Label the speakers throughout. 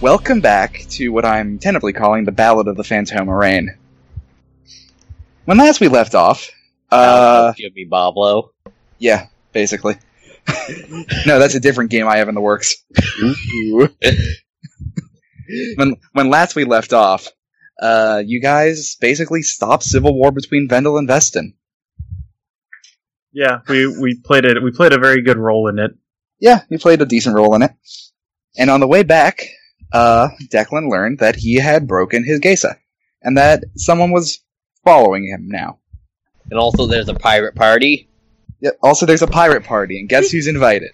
Speaker 1: Welcome back to what I'm tentatively calling the Ballad of the Phantom Rain. When last we left off, uh,
Speaker 2: Jimmy Boblo.
Speaker 1: yeah, basically. no, that's a different game I have in the works. when when last we left off, uh, you guys basically stopped civil war between Vendel and Vestin.
Speaker 3: Yeah, we, we played it. We played a very good role in it.
Speaker 1: Yeah, you played a decent role in it. And on the way back, uh, Declan learned that he had broken his Gesa, and that someone was following him now.
Speaker 2: And also, there's a pirate party.
Speaker 1: Yeah, also, there's a pirate party, and guess who's invited?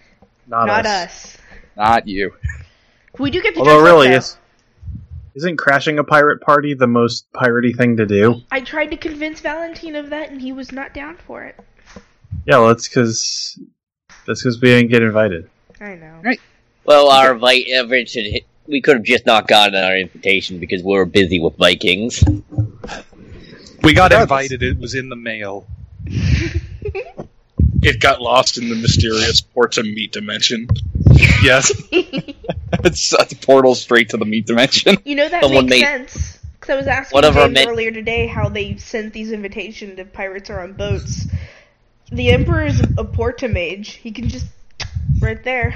Speaker 3: Not,
Speaker 4: Not
Speaker 3: us.
Speaker 4: us.
Speaker 1: Not you.
Speaker 4: We do get to
Speaker 3: Although,
Speaker 4: dress up,
Speaker 3: really,
Speaker 4: though.
Speaker 3: is isn't crashing a pirate party the most piratey thing to do?
Speaker 4: I tried to convince Valentine of that, and he was not down for it.
Speaker 3: Yeah, well, that's because that's because we didn't get invited.
Speaker 4: I know.
Speaker 1: Right.
Speaker 2: Well, our invite average should hit- we could have just not gotten our invitation because we were busy with Vikings.
Speaker 5: We got
Speaker 1: Regardless.
Speaker 5: invited. It was in the mail. It got lost in the mysterious ports of meat dimension. Yes,
Speaker 1: It's a portal straight to the meat dimension.
Speaker 4: you know that
Speaker 2: Someone
Speaker 4: makes
Speaker 2: made-
Speaker 4: sense. Because I was asking
Speaker 2: One of our
Speaker 4: James
Speaker 2: men-
Speaker 4: earlier today how they sent these invitations to pirates are on boats. The Emperor is a Porta mage. He can just right there.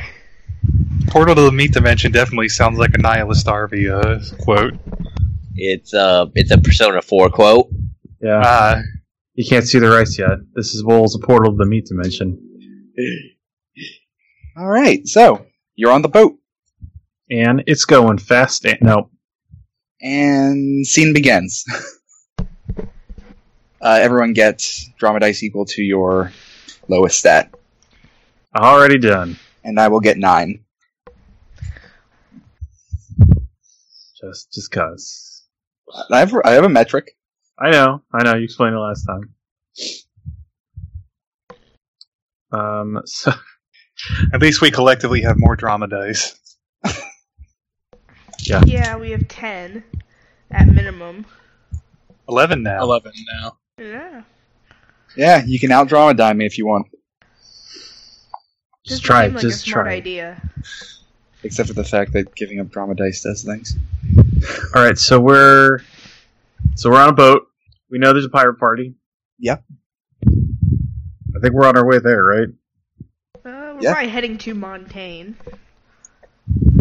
Speaker 5: portal to the meat dimension definitely sounds like a nihilist Arvey uh, quote.
Speaker 2: It's uh, it's a Persona Four quote.
Speaker 3: Yeah,
Speaker 5: Ah,
Speaker 3: you can't see the rice yet. This is Wool's a portal to the meat dimension,
Speaker 1: All right, so you're on the boat,
Speaker 3: and it's going fast. And no,
Speaker 1: and scene begins. uh, everyone gets drama dice equal to your lowest stat,
Speaker 3: already done.
Speaker 1: and I will get nine.
Speaker 3: Just just cause.
Speaker 1: I have I have a metric.
Speaker 3: I know, I know. You explained it last time. Um, so
Speaker 5: at least we collectively have more drama dice.
Speaker 4: Yeah, we have ten at minimum.
Speaker 5: Eleven now.
Speaker 6: Eleven now.
Speaker 4: Yeah.
Speaker 1: Yeah, you can outdraw a dime if you want,
Speaker 3: just
Speaker 4: Doesn't
Speaker 3: try
Speaker 4: seem
Speaker 3: it.
Speaker 4: like
Speaker 3: Just
Speaker 4: a smart
Speaker 3: try it.
Speaker 4: idea.
Speaker 1: except for the fact that giving up drama dice does things.
Speaker 3: All right, so we're so we're on a boat. We know there's a pirate party.
Speaker 1: Yep.
Speaker 3: I think we're on our way there, right?
Speaker 4: Uh, we're
Speaker 1: Yeah.
Speaker 4: probably heading to Montaigne.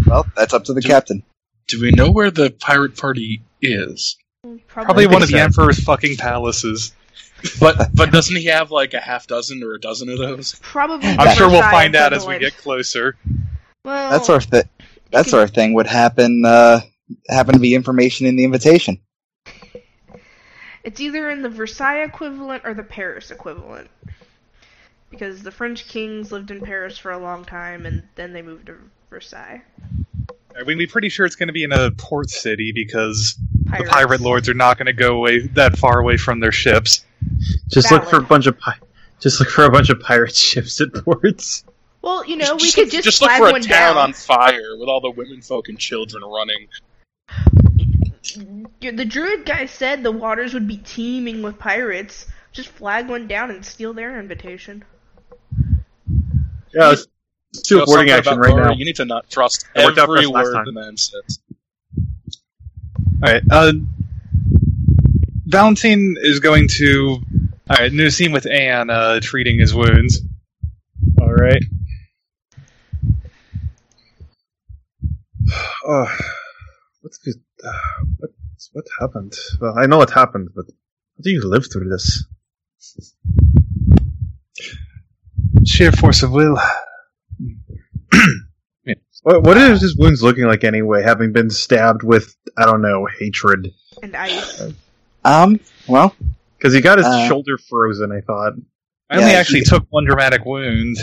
Speaker 1: Well, that's up to the captain.
Speaker 6: Do we know where the pirate party is?
Speaker 5: Probably
Speaker 3: think
Speaker 5: one of the
Speaker 3: so.
Speaker 5: emperor's fucking palaces.
Speaker 6: But but doesn't he have like a half dozen or a dozen of those?
Speaker 4: Probably.
Speaker 5: I'm sure we'll
Speaker 4: Versailles
Speaker 5: find out as we
Speaker 4: equivalent.
Speaker 5: get closer.
Speaker 4: Well,
Speaker 1: That sort of thi- that sort of thing would happen. Uh, happen to be information in the invitation.
Speaker 4: It's either in the Versailles equivalent or the Paris equivalent. Because the French kings lived in Paris for a long time and then they moved to Versailles.
Speaker 5: I mean, we're pretty sure it's going to be in a port city because the
Speaker 4: Pirates.
Speaker 5: pirate lords are not going to go away that far away from their ships.
Speaker 3: Just look for a
Speaker 4: Valid.
Speaker 3: bunch of pi- just look for a bunch of pirate ships at ports.
Speaker 4: Well, you know, we could just,
Speaker 6: just look
Speaker 4: flag
Speaker 6: for a
Speaker 4: one
Speaker 6: town
Speaker 4: down.
Speaker 6: on fire with all the women folk and children running.
Speaker 4: Y- The druid guy said the waters would be teeming with pirates. Just flag one down and steal their invitation.
Speaker 3: Yeah, let's do
Speaker 6: You
Speaker 3: a
Speaker 6: know,
Speaker 3: boarding
Speaker 6: something
Speaker 3: action
Speaker 6: about
Speaker 3: right
Speaker 6: Laura,
Speaker 3: now.
Speaker 6: You need to not trust
Speaker 3: It worked out for
Speaker 6: every
Speaker 3: us last
Speaker 6: word
Speaker 3: time.
Speaker 6: the man says.
Speaker 5: All right. Uh, Valentine is going to. All right, new scene with Anne uh, treating his wounds.
Speaker 3: All right. Uh, what's good? Uh, what what happened? Well, I know what happened, but how do you live through this?
Speaker 5: Sheer force of will.
Speaker 3: What what is his wounds looking like anyway? Having been stabbed with I don't know hatred.
Speaker 4: And ice.
Speaker 1: Um. Well,
Speaker 3: Because he got his
Speaker 1: Uh,
Speaker 3: shoulder frozen, I thought.
Speaker 5: I only
Speaker 1: Yeah,
Speaker 5: actually
Speaker 1: he-
Speaker 5: took one dramatic wound.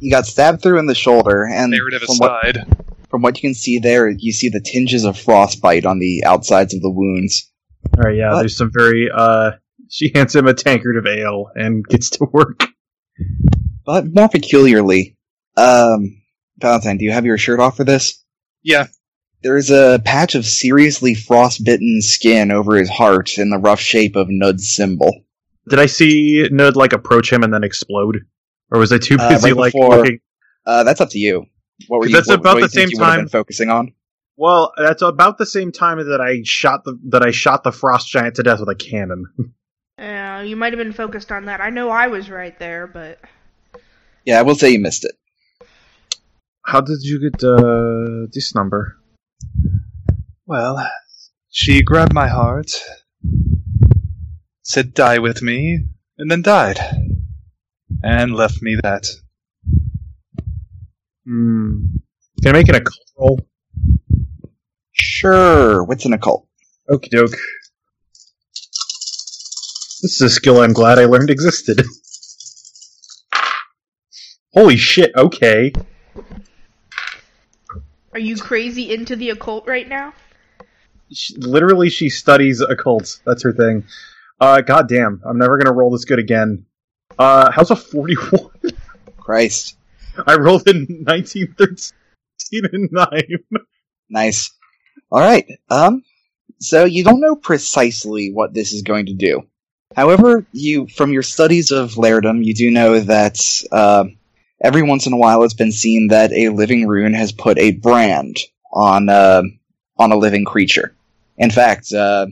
Speaker 1: you got stabbed through in the shoulder, and
Speaker 5: Narrative
Speaker 1: from what,
Speaker 5: aside,
Speaker 1: from what you can see there, you see the tinges of frostbite on the outsides of the wounds.
Speaker 3: All right, yeah,
Speaker 1: What?
Speaker 3: there's some very. uh She hands him a tankard of ale and gets to work.
Speaker 1: But more peculiarly, um, Valentine, do you have your shirt off for this?
Speaker 5: Yeah.
Speaker 1: There's a patch of seriously frostbitten skin over his heart in the rough shape of Nud's symbol.
Speaker 3: Did I see Nud like approach him and then explode, or was I too
Speaker 1: Uh,
Speaker 3: busy
Speaker 1: right
Speaker 3: like
Speaker 1: before-
Speaker 3: looking?
Speaker 1: Uh, that's up to you. What were you?
Speaker 3: That's
Speaker 1: what- what
Speaker 3: about
Speaker 1: do you
Speaker 3: the
Speaker 1: think
Speaker 3: same
Speaker 1: you would have
Speaker 3: time-
Speaker 1: been focusing on.
Speaker 3: Well, that's about the same time that I shot the that I shot the frost giant to death with a cannon.
Speaker 4: Uh, you might have been focused on that. I know I was right there, but
Speaker 1: Yeah, I will say you missed it.
Speaker 3: How did you get uh, this number?
Speaker 5: Well, she grabbed my heart, said, Die with me, and then died. And left me that.
Speaker 3: Hmm. Can I make an occult roll?
Speaker 1: Sure. What's an occult?
Speaker 3: Okie doke. This is a skill I'm glad I learned existed. Holy shit, okay.
Speaker 4: are you crazy into the occult right now?
Speaker 3: She, literally, she studies occult. That's her thing. Uh, God damn, I'm never gonna roll this good again. Uh, how's a 41?
Speaker 1: Christ.
Speaker 3: I rolled in 19, 13, and 9.
Speaker 1: Nice. All right. Um, so you don't know precisely what this is going to do. However, you from your studies of Lairdom, you do know that uh, every once in a while it's been seen that a living rune has put a brand on uh, on a living creature. In fact, uh,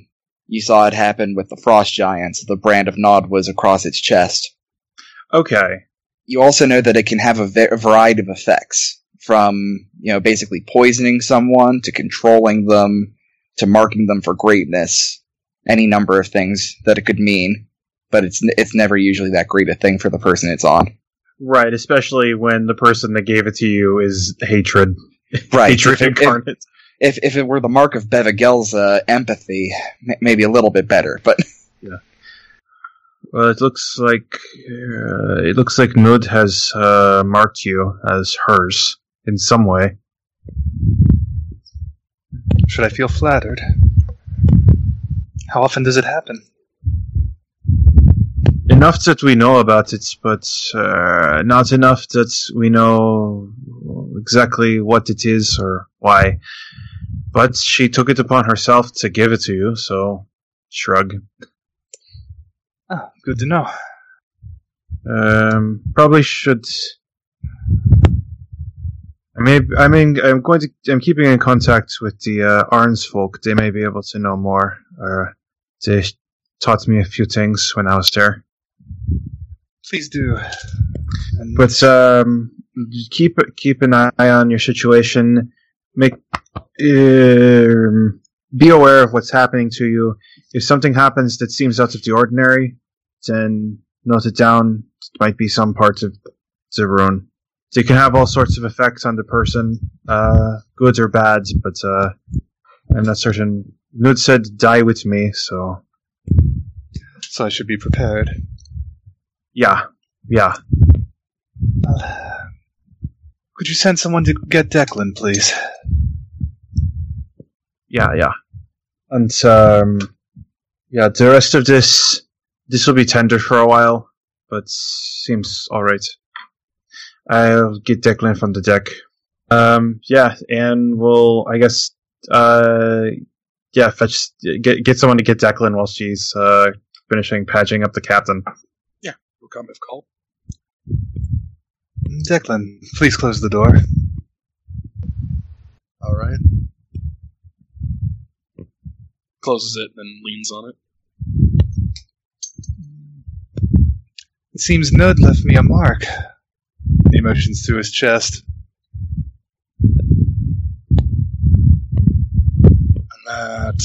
Speaker 1: you saw it happen with the frost giant. The brand of Nod was across its chest
Speaker 3: Okay.
Speaker 1: you also know that it can have a, va- a variety of effects from you know basically poisoning someone to controlling them to marking them for greatness any number of things that it could mean but it's n- it's never usually that great a thing for the person it's on
Speaker 3: Right, especially when the person that gave it to you is hatred.
Speaker 1: right
Speaker 3: Hatred
Speaker 1: if, if,
Speaker 3: incarnate.
Speaker 1: if, if it were the mark of bevigel's uh, empathy m- maybe a little bit better but
Speaker 3: Well, it looks like uh, it looks like Nud has uh, marked you as hers in some way.
Speaker 5: Should I feel flattered? How often does it happen?
Speaker 3: Enough that we know about it, but uh, not enough that we know exactly what it is or why. But she took it upon herself to give it to you, so shrug.
Speaker 5: Oh, good to know.
Speaker 3: Um, probably should. I may. I mean, I'm going to. I'm keeping in contact with the uh, Arns folk. They may be able to know more. Uh, they taught me a few things when I was there.
Speaker 5: Please do. And
Speaker 3: But um, keep keep an eye on your situation. Make um, be aware of what's happening to you. If something happens that seems out of the ordinary, then note it down. It might be some parts of the rune. So it can have all sorts of effects on the person, uh, good or bad. But uh, I'm not certain. Nud said, "Die with me." So
Speaker 5: so I should be prepared.
Speaker 3: yeah, yeah.
Speaker 5: Well, Could you send someone to get Declan, please?
Speaker 3: yeah, yeah. And um, yeah, the rest of this this will be tender for a while, but seems all right. I'll get Declan from the deck. Um, yeah, and we'll I guess uh, yeah, fetch get get someone to get Declan while she's uh finishing patching up the captain.
Speaker 6: Become if called.
Speaker 5: Declan, please close the door.
Speaker 6: All right. Closes it and leans on it.
Speaker 5: It seems Nud left me a mark. He motions to his chest.
Speaker 6: And that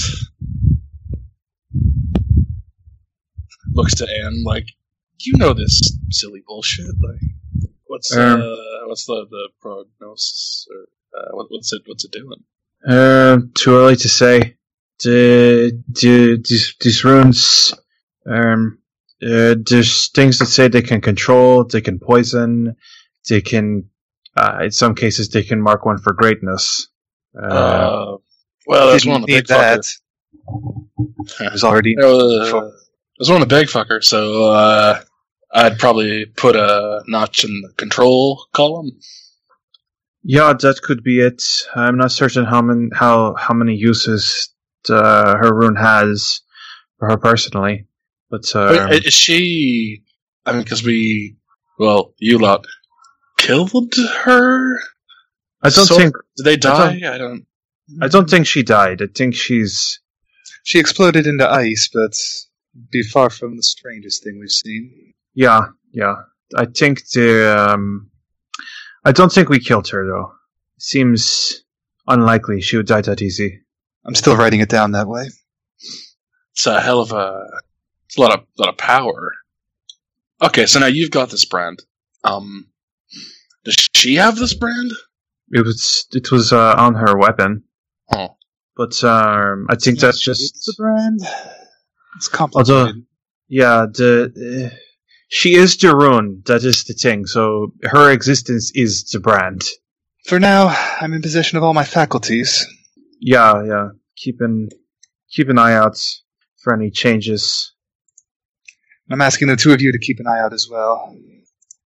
Speaker 6: looks to Anne like you know this silly bullshit. Like what's
Speaker 3: Um.
Speaker 6: uh, what's the the prognosis or uh, what, what's it what's it doing?
Speaker 3: Uh, too early to say. The, the these these runes, um, uh, there's things that say they can control, they can poison, they can, uh, in some cases, they can mark one for greatness.
Speaker 6: Uh,
Speaker 3: Uh,
Speaker 6: well, there's
Speaker 5: Didn't
Speaker 6: Oh, one of the
Speaker 5: need
Speaker 6: big
Speaker 5: that.
Speaker 6: fuckers.
Speaker 5: It was already.
Speaker 6: There was, uh, there's one of the big fucker, so uh, I'd probably put a notch in the control column.
Speaker 3: yeah, that could be it. I'm not certain how many how how many uses uh, her rune has for her personally, but uh,
Speaker 5: Um,
Speaker 6: Wait, i- is she? I mean, because we, well, you lot killed her.
Speaker 3: I don't
Speaker 6: So-
Speaker 3: think
Speaker 6: Did they
Speaker 3: I
Speaker 6: die?
Speaker 3: don't-
Speaker 6: I don't.
Speaker 3: I don't think she died. I think she's
Speaker 5: She exploded into ice, but be far from the strangest thing we've seen.
Speaker 3: yeah, yeah. I think the um, I don't think we killed her though. Seems unlikely she would die that easy.
Speaker 5: I'm still writing it down that way.
Speaker 6: It's a hell of a, it's a lot of lot of power. Okay, so now you've got this brand. Um, does she have this brand?
Speaker 3: It was it was uh, on her weapon,
Speaker 6: Huh.
Speaker 3: but um, I think that's
Speaker 5: It's
Speaker 3: just
Speaker 5: a brand. It's complicated.
Speaker 3: yeah. The uh, she is Darun. That is the thing. So her existence is the brand.
Speaker 5: For now, I'm in possession of all my faculties.
Speaker 3: Yeah, yeah. Keep an keep an eye out for any changes.
Speaker 5: I'm asking the two of you to keep an eye out as well.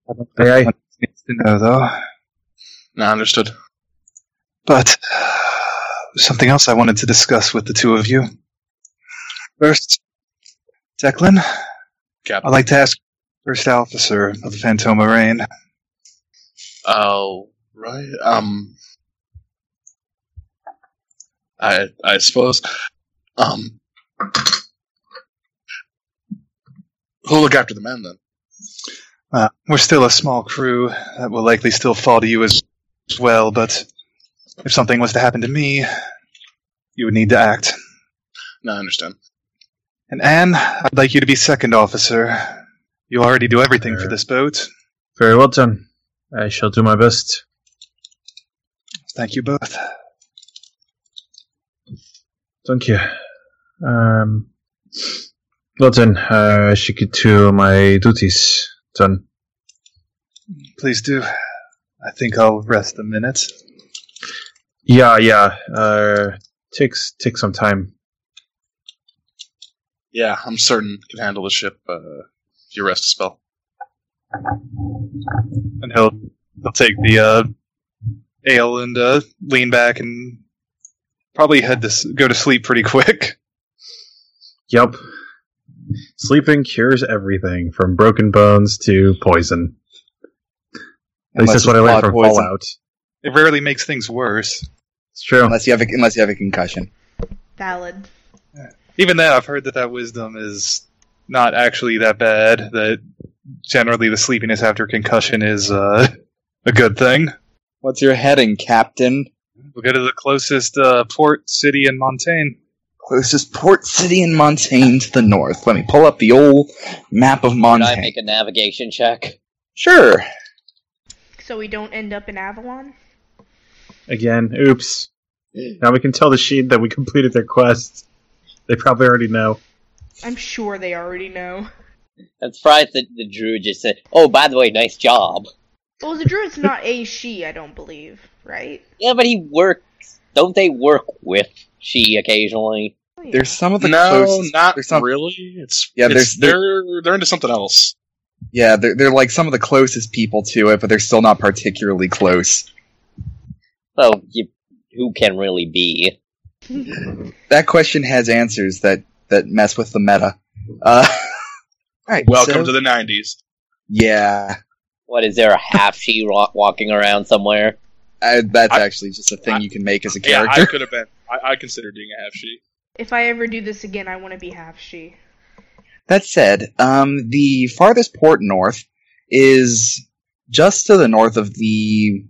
Speaker 5: I don't think
Speaker 3: Aye, aye.
Speaker 5: anyone needs to know, though.
Speaker 6: Nah, understood.
Speaker 5: But something else I wanted to discuss with the two of you. First, Declan,
Speaker 6: Captain.
Speaker 5: I'd like to ask First Officer of the Fantoma Rain.
Speaker 6: Oh, right. Um, I I suppose. Um, who'll look after the men then?
Speaker 5: Uh, we're still a small crew that will likely still fall to you as, as well, but if something was to happen to me, you would need to act.
Speaker 6: No, I understand.
Speaker 5: And Anne, I'd like you to be second officer. You already do everything for
Speaker 3: Sure.
Speaker 5: this boat.
Speaker 3: Very well done. I shall do my best.
Speaker 5: Thank you both.
Speaker 3: Thank you. Um, well then, uh, I should get to my duties. Done.
Speaker 5: Please do. I think I'll rest a minute.
Speaker 3: Yeah, yeah. Uh, takes take some time.
Speaker 6: Yeah, I'm certain can handle the ship. Uh, if you rest a spell.
Speaker 5: And he'll he'll take the uh, ale and uh, lean back and probably head to s- go to sleep pretty quick.
Speaker 3: Yep. Sleeping cures everything from broken bones to poison. At least
Speaker 1: Unless
Speaker 3: that's what I
Speaker 1: it's
Speaker 3: learned
Speaker 1: blood
Speaker 3: from
Speaker 1: poison.
Speaker 3: Fallout.
Speaker 5: It rarely makes things worse.
Speaker 3: It's true.
Speaker 1: Unless you have a, unless you have a concussion.
Speaker 4: Valid.
Speaker 5: Even then, I've heard that that wisdom is not actually that bad. That generally the sleepiness after concussion is uh, a good thing.
Speaker 1: What's your heading, Captain?
Speaker 5: We'll go to the closest uh, port city in Montaigne.
Speaker 1: Closest port city in Montaigne to the north. Let me pull up the old map of
Speaker 2: Can I
Speaker 1: Montaigne.
Speaker 2: make a navigation check?
Speaker 1: Sure.
Speaker 4: So we don't end up in Avalon?
Speaker 3: Again, oops. Now we can tell the sheet that we completed their quest. They probably already know.
Speaker 4: I'm sure they already know.
Speaker 2: I'm surprised that the druid just said, "Oh, by the way, nice job."
Speaker 4: Well, the druid's not a she, I don't believe, right?
Speaker 2: Yeah, but he works. Don't they work with she occasionally?
Speaker 4: Oh, yeah.
Speaker 1: There's some of the
Speaker 6: no,
Speaker 1: closest.
Speaker 6: not
Speaker 1: there's some-
Speaker 6: really. It's
Speaker 1: Yeah,
Speaker 6: yeah,
Speaker 1: there's-
Speaker 6: it's,
Speaker 1: there-
Speaker 6: they're they're into something else.
Speaker 1: Yeah, they're, they're like some of the closest people to it, but they're still not particularly close.
Speaker 2: So you, who can really be?
Speaker 1: That question has answers that, that mess with the meta. Uh, all right,
Speaker 6: Welcome
Speaker 1: so-
Speaker 6: to the '90s.
Speaker 1: Yeah,
Speaker 2: What is there a half she rock walking around somewhere?
Speaker 1: I, that's
Speaker 6: I-
Speaker 1: actually just a thing
Speaker 6: I-
Speaker 1: you can make as a
Speaker 6: Yeah,
Speaker 1: character.
Speaker 6: I could have been. I, I considered being a half she.
Speaker 4: If I ever do this again, I want to be half she.
Speaker 1: That said, um, the farthest port north is just to the north of the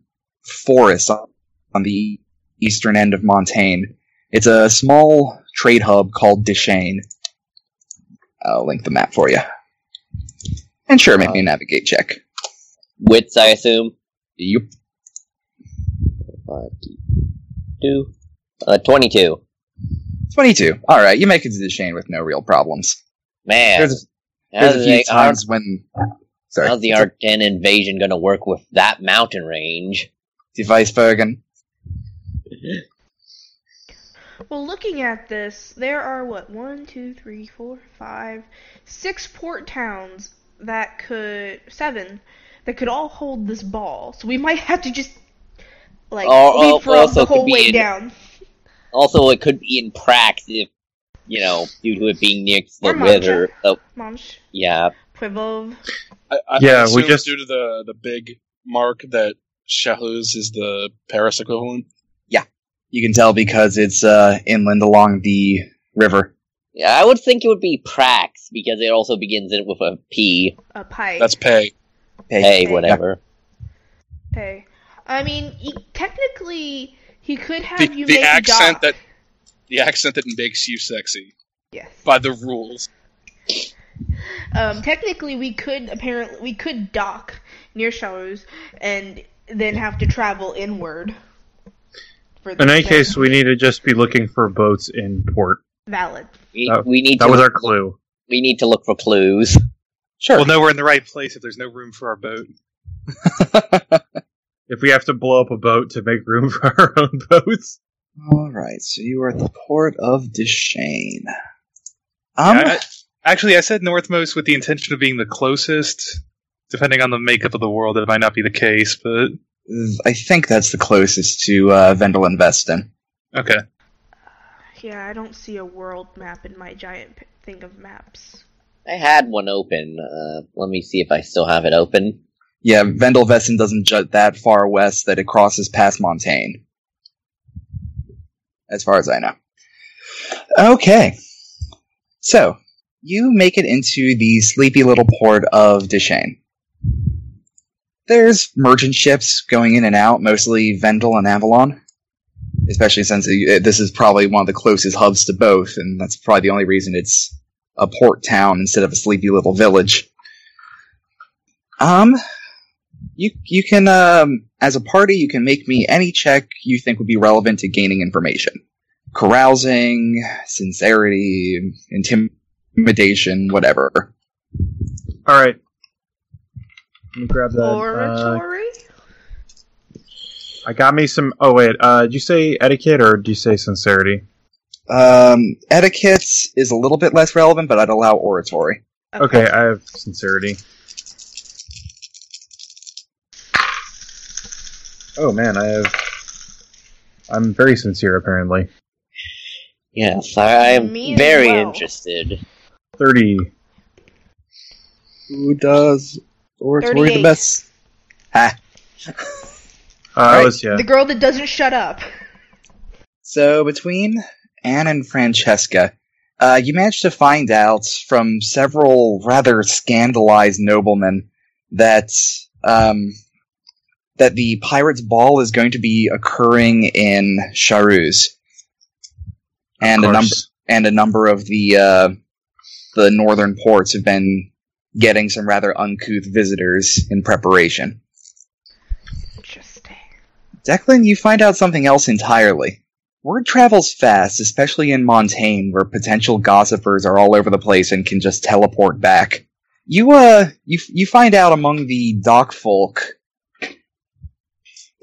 Speaker 1: forest on on the eastern end of Montaigne. It's a small trade hub called Deshane. I'll link the map for you. And sure, make me a
Speaker 2: Uh,
Speaker 1: navigate check.
Speaker 2: Wits, I assume.
Speaker 1: Yep.
Speaker 2: Two, uh, twenty-two.
Speaker 1: 22. Alright, you make it to Deshane with no real problems.
Speaker 2: Man,
Speaker 1: There's,
Speaker 2: how's,
Speaker 1: there's a few
Speaker 2: the,
Speaker 1: times when.
Speaker 2: Ar-
Speaker 1: Sorry.
Speaker 2: how's the Arctan invasion going to work with that mountain range?
Speaker 1: Device Bergen.
Speaker 4: Well, looking at this, there are what one, two, three, four, five, six port towns that could seven that could all hold this ball. So we might have to just like
Speaker 2: Or- or-
Speaker 4: leapfrog
Speaker 2: also
Speaker 4: the whole
Speaker 2: could be
Speaker 4: way
Speaker 2: in-
Speaker 4: down.
Speaker 2: Also, it could be in Prax if you know, due to it being near the
Speaker 4: Or Mancha.
Speaker 2: river. So
Speaker 4: Mom's
Speaker 2: yeah,
Speaker 4: Pueblo.
Speaker 6: I, I
Speaker 3: Yeah, we
Speaker 6: assume
Speaker 3: just-
Speaker 6: due to the the big mark that Shahouz is the Paris equivalent.
Speaker 1: You can tell because it's uh, inland along the river.
Speaker 2: Yeah, I would think it would be Prax because it also begins it with a P.
Speaker 4: A pike.
Speaker 6: That's pay.
Speaker 1: Hey,
Speaker 2: Hey, whatever.
Speaker 4: Okay. I mean, he, technically, he could have
Speaker 6: The,
Speaker 4: you
Speaker 6: the
Speaker 4: make a
Speaker 6: accent
Speaker 4: dock.
Speaker 6: that the accent that makes you sexy
Speaker 4: Yes.
Speaker 6: by the rules.
Speaker 4: Um, technically, we could apparently we could dock near Shallows and then have to travel inward. For
Speaker 3: In any
Speaker 4: the-
Speaker 3: case, we need to just be looking for boats in port.
Speaker 4: valid.
Speaker 2: We,
Speaker 1: Oh,
Speaker 3: That-
Speaker 2: we need
Speaker 3: That
Speaker 2: to
Speaker 3: was our clue.
Speaker 2: we need to look for clues.
Speaker 1: Sure.
Speaker 5: We'll know we're in the right place if there's no room for our boat.
Speaker 3: If we have to blow up a boat to make room for our own boats,
Speaker 1: All right, so you are at the port of Deshane. Um,
Speaker 5: Yeah, I- actually, I said northmost with the intention of being the closest. Depending on the makeup of the world, that might not be the case, but
Speaker 1: I think that's the closest to uh, Vendel and Vestin.
Speaker 5: okay.
Speaker 4: Yeah, I don't see a world map in my giant p- thing of maps.
Speaker 2: I had one open. Uh, let me see if I still have it open.
Speaker 1: Yeah, Vendel Vestin doesn't jut that far west that it crosses past Montaigne. As far as I know. Okay. So, you make it into the sleepy little port of Deshane. There's merchant ships going in and out, mostly Vendel and Avalon. Especially since uh, this is probably one of the closest hubs to both, and that's probably the only reason it's a port town instead of a sleepy little village. Um, you you can um as a party you can make me any check you think would be relevant to gaining information. Carousing, sincerity, intimidation, whatever.
Speaker 3: all right. Let me grab that. Uh,
Speaker 4: Oratory?
Speaker 3: I got me some. Oh wait, uh, did you say etiquette or did you say sincerity?
Speaker 1: Um etiquette is a little bit less relevant, but I'd allow oratory.
Speaker 3: Okay, I have sincerity. Oh man, I have. I'm very sincere, apparently.
Speaker 2: Yes, I am
Speaker 4: Me as
Speaker 2: very
Speaker 4: well.
Speaker 2: interested.
Speaker 3: Thirty.
Speaker 1: Who does oratory the
Speaker 4: 38.
Speaker 1: best? Ha.
Speaker 3: Uh, I
Speaker 1: Right.
Speaker 3: was yeah.
Speaker 4: The girl that doesn't shut up.
Speaker 1: So between Anne and Francesca, uh, you managed to find out from several rather scandalized noblemen that um, that the Pirates' Ball is going to be occurring in Charuz, and a
Speaker 3: Of
Speaker 1: number
Speaker 3: course.
Speaker 1: and a number of the uh, the northern ports have been getting some rather uncouth visitors in preparation.
Speaker 4: Interesting.
Speaker 1: Declan, you find out something else entirely. Word travels fast, especially in Montaigne, where potential gossipers are all over the place and can just teleport back. You uh, you you find out among the dock folk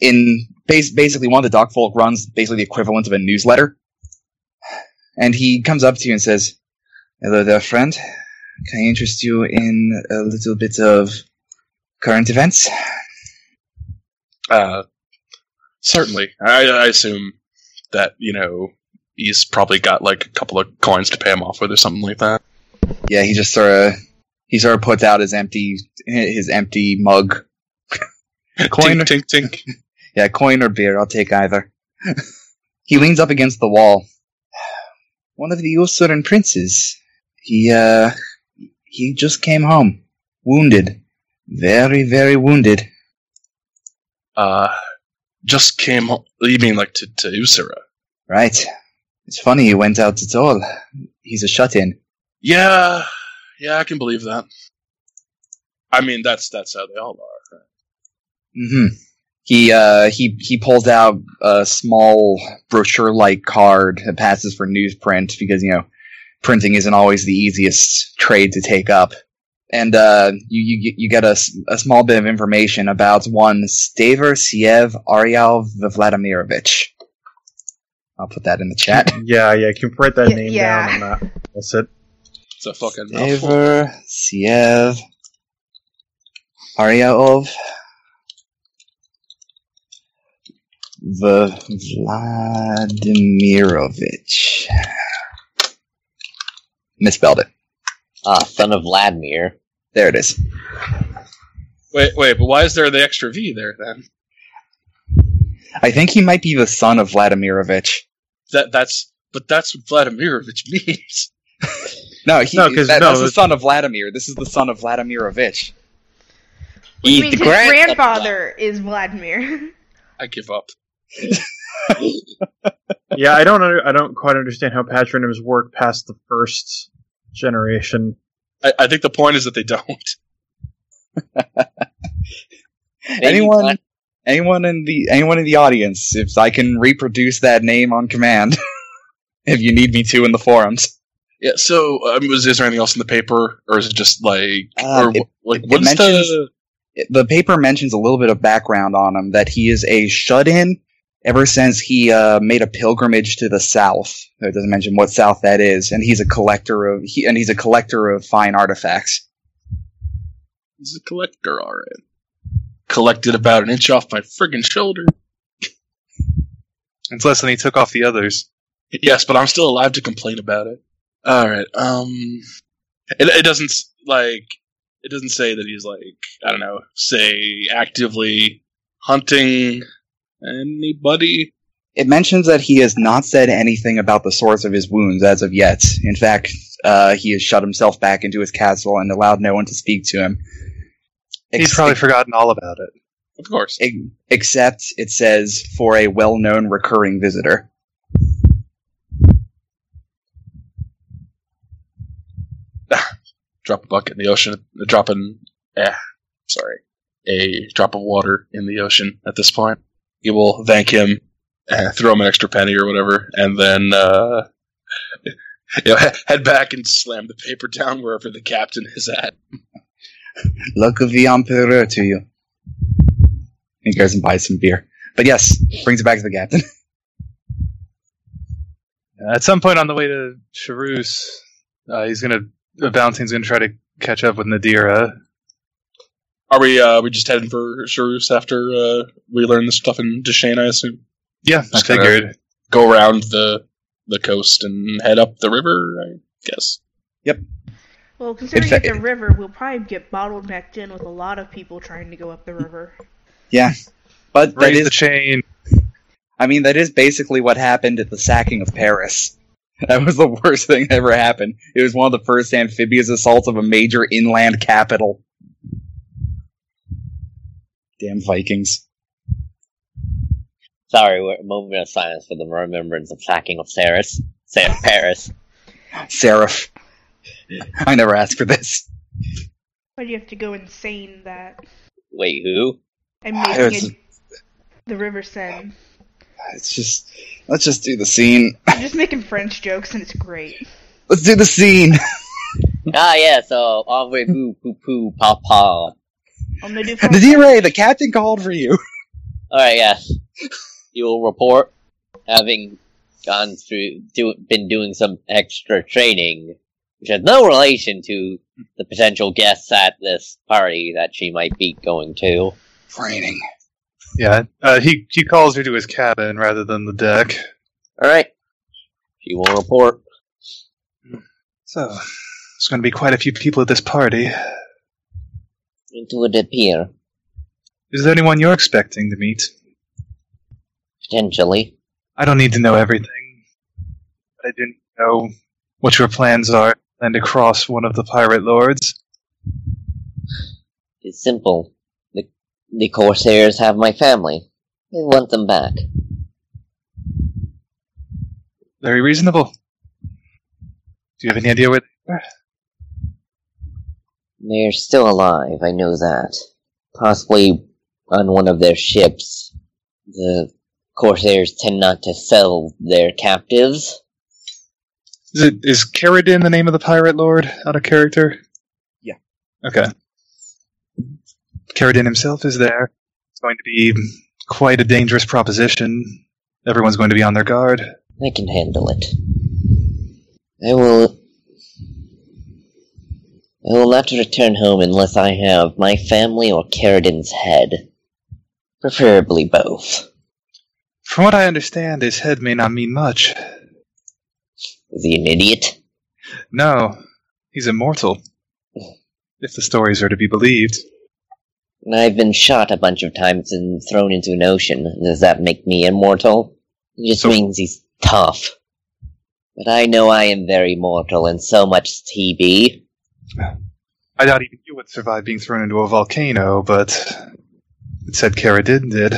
Speaker 1: in bas- basically one of the dock folk runs basically the equivalent of a newsletter, and he comes up to you and says, "Hello there, friend. Can I interest you in a little bit of current events?"
Speaker 6: Uh, certainly, I, I assume that you know he's probably got like a couple of coins to pay him off with or something like that.
Speaker 1: Yeah, he just sort of he sort of puts out his empty his empty mug. Coin.
Speaker 6: tink tink tink.
Speaker 1: Yeah, coin or beer, I'll take either. he leans up against the wall. One of the Usuran princes. He uh he just came home, wounded, very very wounded.
Speaker 6: Uh, just came. Home. You mean like to to Usura?
Speaker 1: Right. It's funny he went out at all. He's a shut-in.
Speaker 6: Yeah, yeah, I can believe that. I mean, that's that's how they all are. right?
Speaker 1: hmm He uh, he he pulls out a small brochure-like card that passes for newsprint because you know printing isn't always the easiest trade to take up, and uh, you you get- you get a, s- a small bit of information about one Staver Siev Ariel Vladimirovich. I'll put that in the chat.
Speaker 3: Yeah, yeah. Can you write that
Speaker 4: Y-
Speaker 3: name
Speaker 4: yeah.
Speaker 3: down? And that, that's it.
Speaker 6: It's a fucking mouthful.
Speaker 1: Staver Siev Ariel the Vladimirovich. Misspelled it.
Speaker 2: Ah, son of Vladimir.
Speaker 1: There it is.
Speaker 6: Wait, wait, but why is there the extra V there then?
Speaker 1: I think he might be the son of Vladimirovich.
Speaker 6: That that's but that's what Vladimirovich means.
Speaker 1: No, he,
Speaker 3: No, 'cause
Speaker 1: that-
Speaker 3: no,
Speaker 1: that's the
Speaker 3: it's-
Speaker 1: son of Vladimir. This is the son of Vladimirovich.
Speaker 4: Which
Speaker 2: He's the
Speaker 4: means his
Speaker 2: grandson of
Speaker 4: grandfather is Vladimir.
Speaker 6: I give up.
Speaker 3: yeah, I don't under, I don't quite understand how patronyms work past the first generation.
Speaker 6: I, I think the point is that they don't.
Speaker 2: Maybe
Speaker 1: Anyone,
Speaker 2: Vlad-
Speaker 1: anyone in the anyone in the audience, if I can reproduce that name on command, if you need me to in the forums.
Speaker 6: Yeah. So, um, was is there anything else in the paper, or is it just like,
Speaker 1: Uh,
Speaker 6: or
Speaker 1: it-
Speaker 6: wh- like
Speaker 1: it
Speaker 6: what's the?
Speaker 1: mentions- The paper mentions a little bit of background on him that he is a shut-in ever since he uh, made a pilgrimage to the south. It doesn't mention what south that is, and he's a collector of he, and he's a collector of fine artifacts.
Speaker 6: He's a collector, all right. Collected about an inch off my friggin' shoulder.
Speaker 5: It's less than he took off the others.
Speaker 6: Yes, but I'm still alive to complain about it. All right. Um, it, it doesn't s- like it doesn't say that he's like I don't know, say actively hunting anybody.
Speaker 1: It mentions that he has not said anything about the source of his wounds as of yet. In fact, uh, he has shut himself back into his castle and allowed no one to speak to him.
Speaker 5: He's
Speaker 1: Ex-
Speaker 5: probably forgotten all about it.
Speaker 6: Of course.
Speaker 1: ex- except it says for a well-known recurring visitor.
Speaker 6: Drop a bucket in the ocean. A drop in. Eh, sorry. A drop of water in the ocean. At this point, you will thank him, eh, throw him an extra penny or whatever, and then uh, you know, he- head back and slam the paper down wherever the captain is at.
Speaker 1: Luck of the emperor to you. He goes and buys some beer, but yes, brings it back to the captain.
Speaker 5: At some point on the way to Charus, uh, he's gonna uh, Valentine's gonna try to catch up with Nadira.
Speaker 6: Are we uh we just heading for Sharus after uh we learn this stuff in Deshane, I assume?
Speaker 5: Yeah, I
Speaker 6: Just kinda-
Speaker 5: figured.
Speaker 6: Go around the the coast and head up the river, I guess.
Speaker 4: Well, considering
Speaker 1: fact-
Speaker 4: it's a river, we'll probably get bottlenecked in with a lot of people trying to go up the river.
Speaker 1: But that
Speaker 5: Raise
Speaker 1: is,
Speaker 5: the chain.
Speaker 1: I mean, that is basically what happened at the sacking of Paris. That was the worst thing that ever happened. It was one of the first amphibious assaults of a major inland capital. Damn Vikings.
Speaker 2: Sorry, we're a moment of silence for the remembrance of sacking of Saris. Sa- Paris.
Speaker 1: Seraph. I never asked for this.
Speaker 4: Why do you have to go insane that?
Speaker 2: Wait, who?
Speaker 4: And
Speaker 1: Ah,
Speaker 4: making
Speaker 1: it's-
Speaker 4: it the river Seine.
Speaker 1: It's just let's just do the scene.
Speaker 4: I'm just making French jokes and it's great.
Speaker 1: Let's do the scene.
Speaker 2: Ah, yeah, so, envoy boo, poo, poo, pa, pa.
Speaker 4: I'm gonna
Speaker 1: The
Speaker 4: do French-
Speaker 1: D-Ray, the captain called for you.
Speaker 2: Alright, yes. You will report having gone through, do, been doing some extra training, which has no relation to the potential guests at this party that she might be going to.
Speaker 1: Raining.
Speaker 5: Yeah, uh, he he calls her to his cabin rather than the deck.
Speaker 2: Alright. She will report.
Speaker 5: So there's going to be quite a few people at this party.
Speaker 2: It would appear,
Speaker 5: Is there anyone you're expecting to meet?
Speaker 2: potentially.
Speaker 5: I don't need to know everything, but I do need to know what your plans are and to cross one of the pirate lords.
Speaker 2: It's simple. The, the Corsairs have my family. I want them back.
Speaker 5: Very reasonable. Do you have any idea where?
Speaker 2: They're still alive, I know that. Possibly on one of their ships. The Corsairs tend not to sell their captives.
Speaker 5: Is it is Carradin the name of the pirate lord out of character?
Speaker 1: Yeah.
Speaker 5: Okay. Carradin himself is there. It's going to be quite a dangerous proposition. Everyone's going to be on their guard.
Speaker 2: I can handle it. I will. I will not return home unless I have my family or Carradine's head. Preferably both.
Speaker 5: From what I understand, his head may not mean much.
Speaker 2: Is he an idiot?
Speaker 5: No, he's immortal. If the stories are to be believed.
Speaker 2: And I've been shot a bunch of times and thrown into an ocean. Does that make me immortal? It just
Speaker 5: So-
Speaker 2: means he's tough. But I know I am very mortal, and so much TB.
Speaker 5: I doubt even you would survive being thrown into a volcano, but it said Kara did did.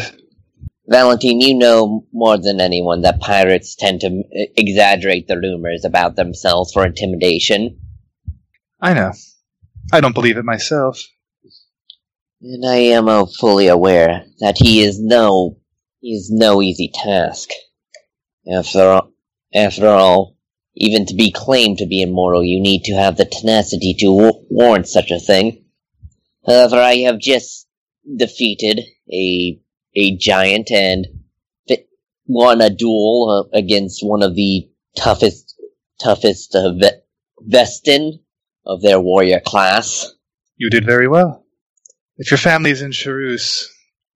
Speaker 2: Valentine, you know more than anyone that pirates tend to uh, exaggerate the rumors about themselves for intimidation.
Speaker 5: I know. I don't believe it myself.
Speaker 2: And I am uh, fully aware that he is no he is no easy task. After all, after all, even to be claimed to be immortal, you need to have the tenacity to w- warrant such a thing. However, I have just defeated a a giant and fit, won a duel uh, against one of the toughest toughest uh, ve- Vestin of their warrior class.
Speaker 5: You did very well. If your family's in Cherus,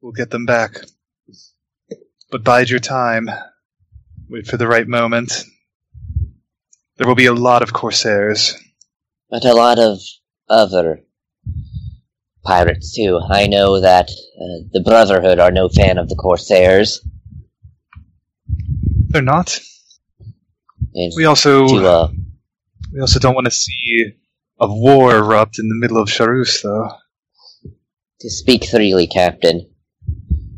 Speaker 5: we'll get them back. But bide your time. Wait for the right moment. There will be a lot of corsairs.
Speaker 2: but a lot of other pirates too. I know that uh, the Brotherhood are no fan of the Corsairs.
Speaker 5: They're not.
Speaker 2: And
Speaker 5: We also
Speaker 2: to, uh,
Speaker 5: we also don't want to see a war erupt in the middle of Cherus, though.
Speaker 2: to speak freely, Captain,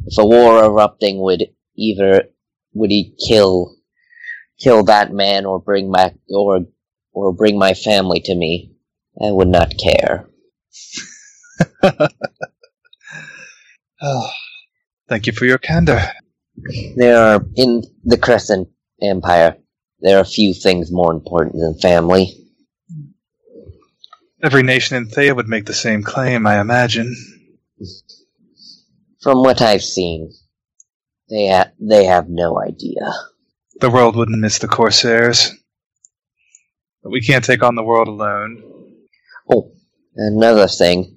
Speaker 2: if a war erupting would either would he kill kill that man or bring back or or bring my family to me, I would not care.
Speaker 5: Thank you for your candor.
Speaker 2: There are in the Crescent Empire. There are few things more important than family.
Speaker 5: Every nation in Thea would make the same claim, I imagine.
Speaker 2: From what I've seen, they ha- they have no idea.
Speaker 5: The world wouldn't miss the Corsairs. But we can't take on the world alone.
Speaker 2: Oh, another thing.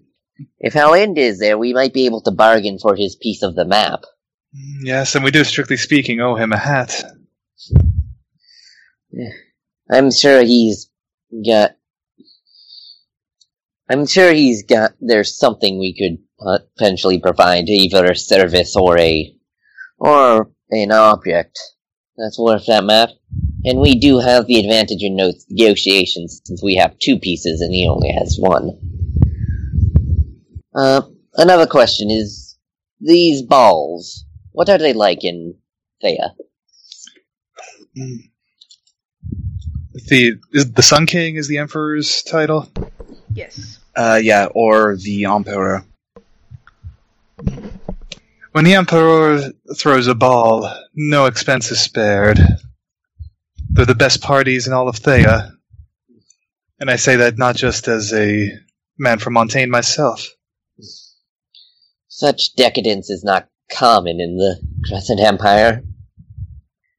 Speaker 2: If Howland is there, we might be able to bargain for his piece of the map.
Speaker 5: Mm, Yes, and we do, strictly speaking, owe him a hat.
Speaker 2: I'm sure he's got. I'm sure he's got. There's something we could potentially provide, either a service or a, or an object that's worth that map. And we do have the advantage in no- negotiations since we have two pieces and he only has one. Uh, another question is these balls. What are they like in Thea?
Speaker 5: Mm. The is the Sun King is the Emperor's title.
Speaker 4: Yes.
Speaker 1: Uh, yeah, or the Emperor.
Speaker 5: When the Emperor throws a ball, no expense is spared. They're the best parties in all of Thea. And I say that not just as a man from Montaigne myself.
Speaker 2: Such decadence is not common in the Crescent Empire.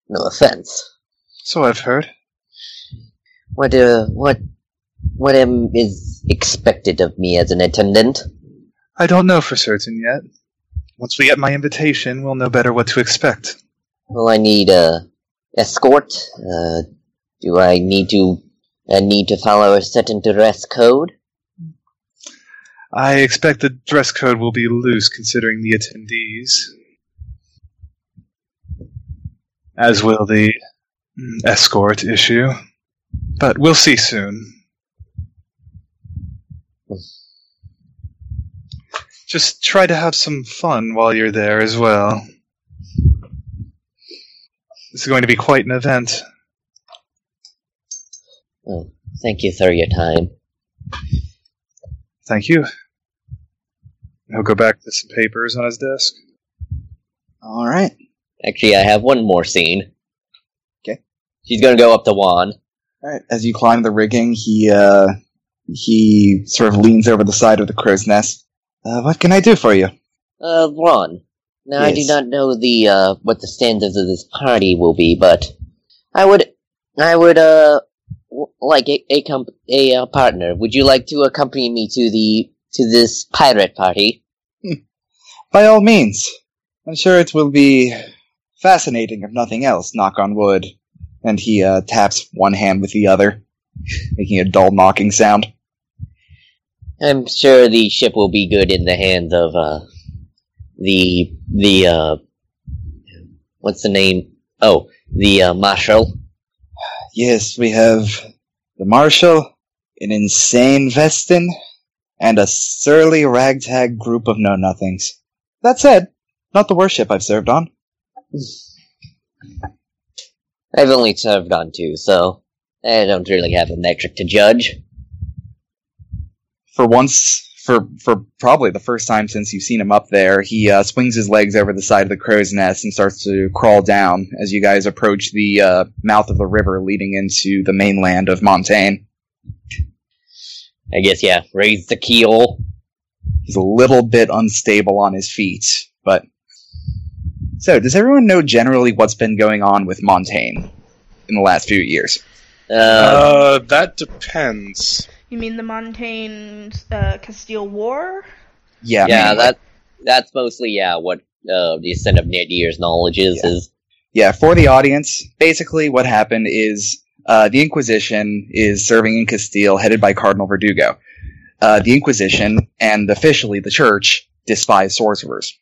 Speaker 2: No offense.
Speaker 5: So I've heard.
Speaker 2: What uh, what what am is expected of me as an attendant?
Speaker 5: I don't know for certain yet. Once we get my invitation, we'll know better what to expect.
Speaker 2: Will I need a escort? Uh, do I need to I need to follow a certain dress code?
Speaker 5: I expect the dress code will be loose considering the attendees. As will the mm, escort issue. But we'll see soon. Just try to have some fun while you're there as well. This is going to be quite an event.
Speaker 2: Oh, thank you for your time.
Speaker 5: Thank you. He'll go back to some papers on his desk.
Speaker 1: All right.
Speaker 2: Actually, I have one more scene.
Speaker 1: 'Kay.
Speaker 2: She's gonna go up to Juan.
Speaker 1: All right. As you climb the rigging, he uh, he sort of leans over the side of the crow's nest. Uh, what can I do for you?
Speaker 2: Uh, Ron. Now I do
Speaker 1: Yes.
Speaker 2: not know the uh what the standards of this party will be, but I would, I would uh w- like a a, comp- a uh, partner. Would you like to accompany me to the to this pirate party?
Speaker 1: By all means, I'm sure it will be fascinating, if nothing else. Knock on wood. And he uh, taps one hand with the other, making a dull knocking sound.
Speaker 2: I'm sure the ship will be good in the hands of uh, the the uh, what's the name? Oh, the uh, marshal.
Speaker 1: Yes, we have the Marshal, an insane Vestin, and a surly ragtag group of know nothings. That said, not the worst ship I've served on.
Speaker 2: I've only served on two, so I don't really have a metric to judge.
Speaker 1: For once, for for probably the first time since you've seen him up there, he uh, swings his legs over the side of the crow's nest and starts to crawl down as you guys approach the uh, mouth of the river leading into the mainland of Montaigne.
Speaker 2: I guess yeah. Raise the keel.
Speaker 1: He's a little bit unstable on his feet, but so does everyone know generally what's been going on with Montaigne in the last few years?
Speaker 2: Uh,
Speaker 6: Uh, that depends.
Speaker 4: You mean the Montaigne uh, Castile War?
Speaker 1: Yeah,
Speaker 2: yeah,
Speaker 1: mainly.
Speaker 2: that that's mostly yeah what uh, the ascent of Nadir's knowledge is
Speaker 1: Yeah.
Speaker 2: is
Speaker 1: yeah, for the audience, basically what happened is uh, the Inquisition is serving in Castile, headed by Cardinal Verdugo. Uh, the Inquisition and officially the Church despise sorcerers.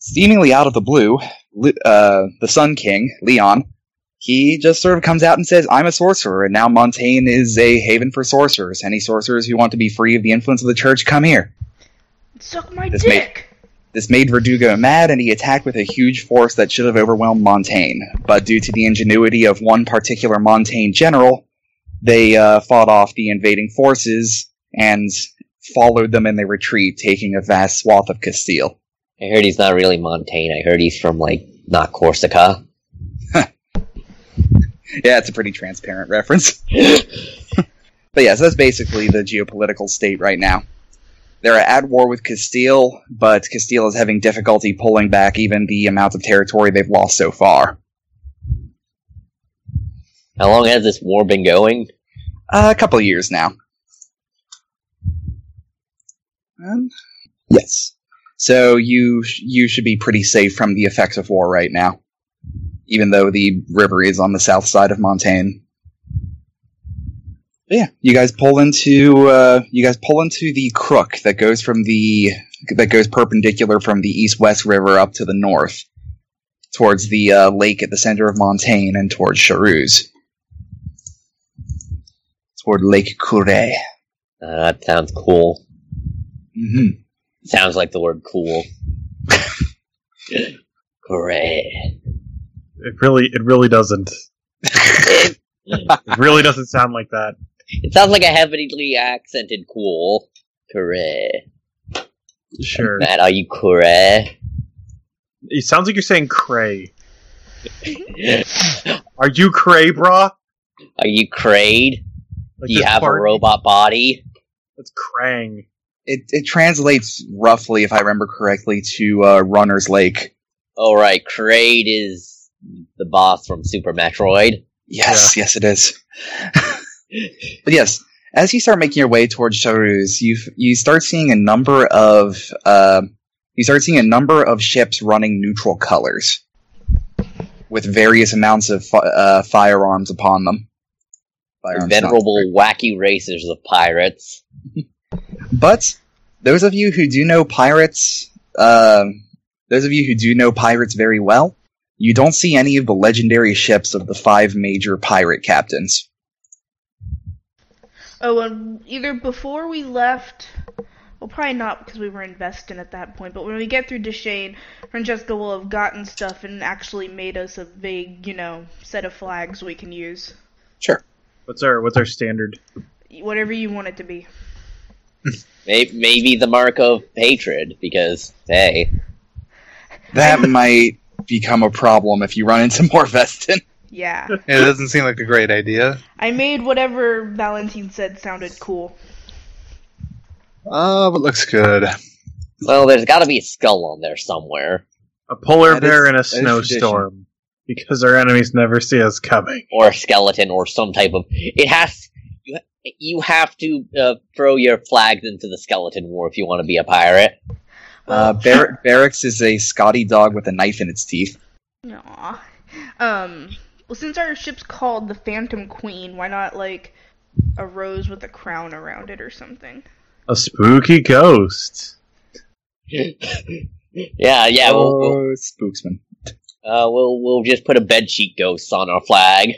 Speaker 1: Seemingly out of the blue, Le- uh, the Sun King, Leon, he just sort of comes out and says, I'm a sorcerer, and now Montaigne is a haven for sorcerers. Any sorcerers who want to be free of the influence of the Church, come here.
Speaker 4: Suck my
Speaker 1: This may-
Speaker 4: dick.
Speaker 1: This made Verdugo mad, and he attacked with a huge force that should have overwhelmed Montaigne. But due to the ingenuity of one particular Montaigne general, they uh, fought off the invading forces and followed them in their retreat, taking a vast swath of Castile.
Speaker 2: I heard he's not really Montaigne. I heard he's from like not Corsica.
Speaker 1: Yeah, it's a pretty transparent reference. but yeah, so that's basically the geopolitical state right now. They're at war with Castile, but Castile is having difficulty pulling back even the amount of territory they've lost so far.
Speaker 2: How long has this war been going?
Speaker 1: Uh, a couple of years now. Um, yes. So you sh- you should be pretty safe from the effects of war right now, even though the river is on the south side of Montaigne. But yeah, you guys pull into uh, you guys pull into the crook that goes from the that goes perpendicular from the east west river up to the north, towards the uh, lake at the center of Montaigne and towards Charouse toward Lake Couray.
Speaker 2: Uh, that sounds cool.
Speaker 1: hmm
Speaker 2: Sounds like the word cool. Great.
Speaker 3: It really, it really doesn't. It really doesn't sound like that.
Speaker 2: It sounds like a heavily accented cool. Correct.
Speaker 3: Sure.
Speaker 2: Matt, are you correct?
Speaker 3: It sounds like you're saying cray. Are you cray, brah?
Speaker 2: Are you crayed?
Speaker 3: Like
Speaker 2: Do you
Speaker 3: this
Speaker 2: have a
Speaker 3: part-
Speaker 2: robot body?
Speaker 3: That's crang.
Speaker 1: It it translates roughly, if I remember correctly, to uh, Runner's Lake.
Speaker 2: Oh right, Kraid is the boss from Super Metroid.
Speaker 1: Yes, yes, it is. but yes, as you start making your way towards Charuz, you you start seeing a number of uh, you start seeing a number of ships running neutral colors with various amounts of fi- uh, firearms upon them. Firearms, not-
Speaker 2: Venerable wacky racers of pirates.
Speaker 1: But those of you who do know pirates, um, those of you who do know pirates very well, you don't see any of the legendary ships of the five major pirate captains.
Speaker 4: Oh, and either before we left, well, probably not because we were investing at that point, but when we get through Deshane, Francesca will have gotten stuff and actually made us a big, you know, set of flags we can use.
Speaker 3: What's our what's our standard?
Speaker 4: Whatever you want it to be.
Speaker 2: May- Maybe the mark of hatred, because hey,
Speaker 1: That might become a problem if you run into more Vestin.
Speaker 4: Yeah.
Speaker 5: Yeah, it doesn't seem like a great idea.
Speaker 4: I made whatever Valentine said sounded cool.
Speaker 5: Uh, but looks good.
Speaker 2: well, there's got to be a skull on there somewhere,
Speaker 3: A polar
Speaker 1: That
Speaker 3: bear
Speaker 1: is-
Speaker 3: in
Speaker 1: that
Speaker 3: a
Speaker 1: is
Speaker 3: snowstorm. Because our enemies never see us coming.
Speaker 2: or a skeleton, or some type of. It has you. You have to uh, throw your flags into the skeleton war if you want to be a pirate. Oh.
Speaker 1: Uh, Bar- Barracks is a Scotty dog with a knife in its teeth.
Speaker 4: Aw. Um, well, since our ship's called the Phantom Queen, why not, like, a rose with a crown around it or something.
Speaker 3: A spooky ghost.
Speaker 2: yeah, yeah. We'll, we'll,
Speaker 1: Oh, spooksman.
Speaker 2: uh, we'll we'll just put a bedsheet ghost on our flag.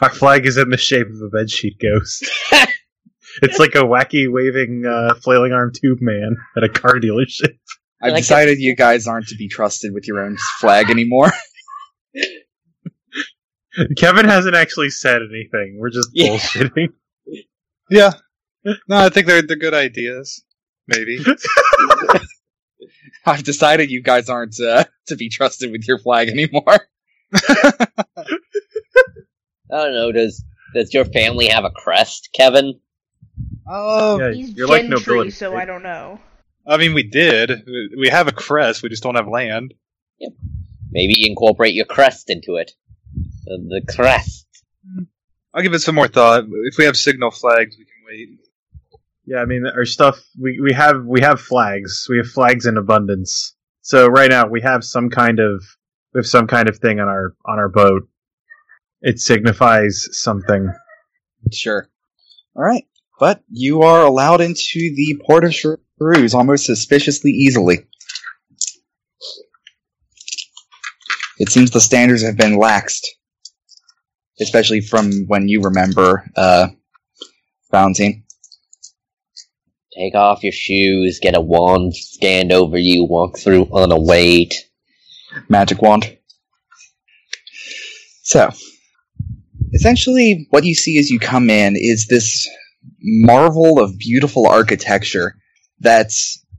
Speaker 3: Our flag is in the shape of a bedsheet ghost. it's like a wacky waving, uh, flailing arm tube man at a car dealership.
Speaker 1: I've
Speaker 2: like
Speaker 1: decided you guys aren't to be trusted with your own flag anymore.
Speaker 3: Kevin hasn't actually said anything. We're just
Speaker 2: Yeah.
Speaker 3: bullshitting.
Speaker 5: Yeah. No, I think they're they're good ideas. Maybe.
Speaker 1: I've decided you guys aren't uh, to be trusted with your flag anymore.
Speaker 2: I don't know. Does does your family have a crest, Kevin?
Speaker 1: Oh,
Speaker 3: Yeah,
Speaker 4: He's
Speaker 3: you're like
Speaker 4: gentry,
Speaker 3: nobility.
Speaker 4: so I don't know.
Speaker 5: I mean, we did. We have a crest. We just don't have land.
Speaker 2: Maybe incorporate your crest into it. The, the crest.
Speaker 5: I'll give it some more thought. If we have signal flags, we can wait.
Speaker 3: Yeah, I mean our stuff. We, we have we have flags. We have flags in abundance. So right now we have some kind of we have some kind of thing on our on our boat. It signifies something.
Speaker 1: Sure. All right. But you are allowed into the port of Shrews almost suspiciously easily. It seems the standards have been laxed, especially from when you remember uh, Valentine.
Speaker 2: Take off your shoes. Get a wand. Stand over you. Walk through unawait.
Speaker 1: magic wand. So, essentially, what you see as you come in is this marvel of beautiful architecture that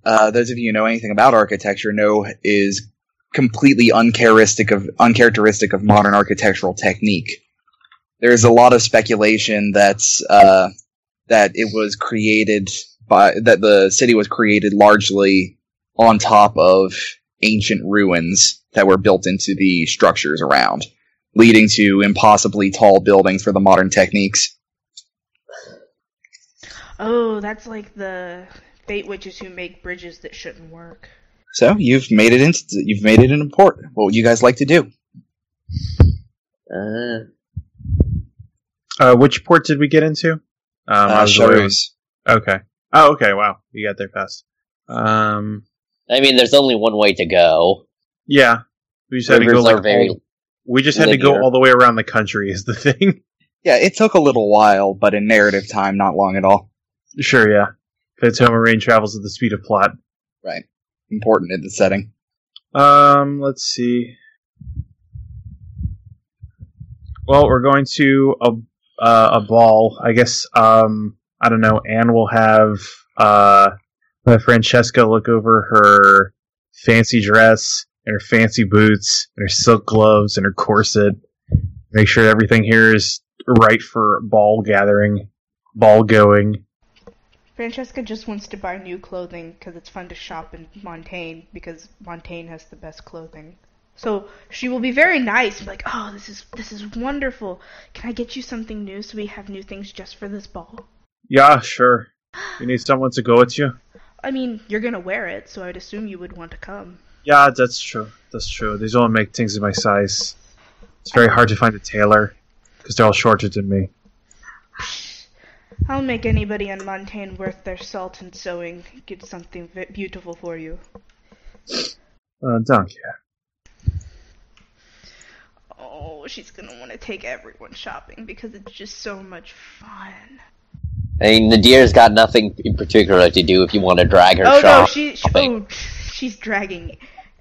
Speaker 1: uh, those of you who know anything about architecture know is completely uncharacteristic of uncharacteristic of modern architectural technique. There is a lot of speculation that's uh, that it was created by that the city was created largely on top of ancient ruins that were built into the structures around, leading to impossibly tall buildings for the modern techniques.
Speaker 4: Oh, that's like the fate witches who make bridges that shouldn't work.
Speaker 1: So you've made it into you've made it into port. What would you guys like to do?
Speaker 2: Uh,
Speaker 3: Uh, which port did we get into? Um, I
Speaker 1: Uh,
Speaker 3: was away
Speaker 1: Sharus.
Speaker 3: when- Okay. Oh, okay. Wow, you got there fast. Um,
Speaker 2: I mean, there's only one way to go.
Speaker 3: yeah, we just had to go
Speaker 2: Rivers
Speaker 3: like
Speaker 2: are very
Speaker 3: all- we just had to go
Speaker 2: linear.
Speaker 3: all the way around the country is the thing.
Speaker 1: yeah, it took a little while, but in narrative time, not long at all.
Speaker 3: sure, yeah. Fatoma Rain travels at the speed of plot.
Speaker 1: Important in the setting.
Speaker 3: Um, let's see. Well, we're going to a uh, a ball, I guess. Um, I don't know. Anne will have uh, uh, Francesca look over her fancy dress and her fancy boots and her silk gloves and her corset. Make sure everything here is right for ball gathering, ball going.
Speaker 4: Francesca just wants to buy new clothing because it's fun to shop in Montaigne because Montaigne has the best clothing. So she will be very nice, and be like, "Oh, this is this is wonderful. Can I get you something new so we have new things just for this ball?"
Speaker 3: Yeah, sure. You need someone to go with you.
Speaker 4: I mean, you're gonna wear it, so I would assume you would want to come.
Speaker 3: Yeah, that's true. That's true. They don't make things of my size. It's very hard to find a tailor because they're all shorter than me.
Speaker 4: I'll make anybody in Montaigne worth their salt and sewing get something v- beautiful for you.
Speaker 3: Uh, don't care.
Speaker 4: Oh, she's gonna want to take everyone shopping because it's just so much fun.
Speaker 2: I mean, the deer's got nothing in particular to do if you want to drag her
Speaker 4: oh no,
Speaker 2: shop.
Speaker 4: she, she
Speaker 2: shopping.
Speaker 4: oh, she's dragging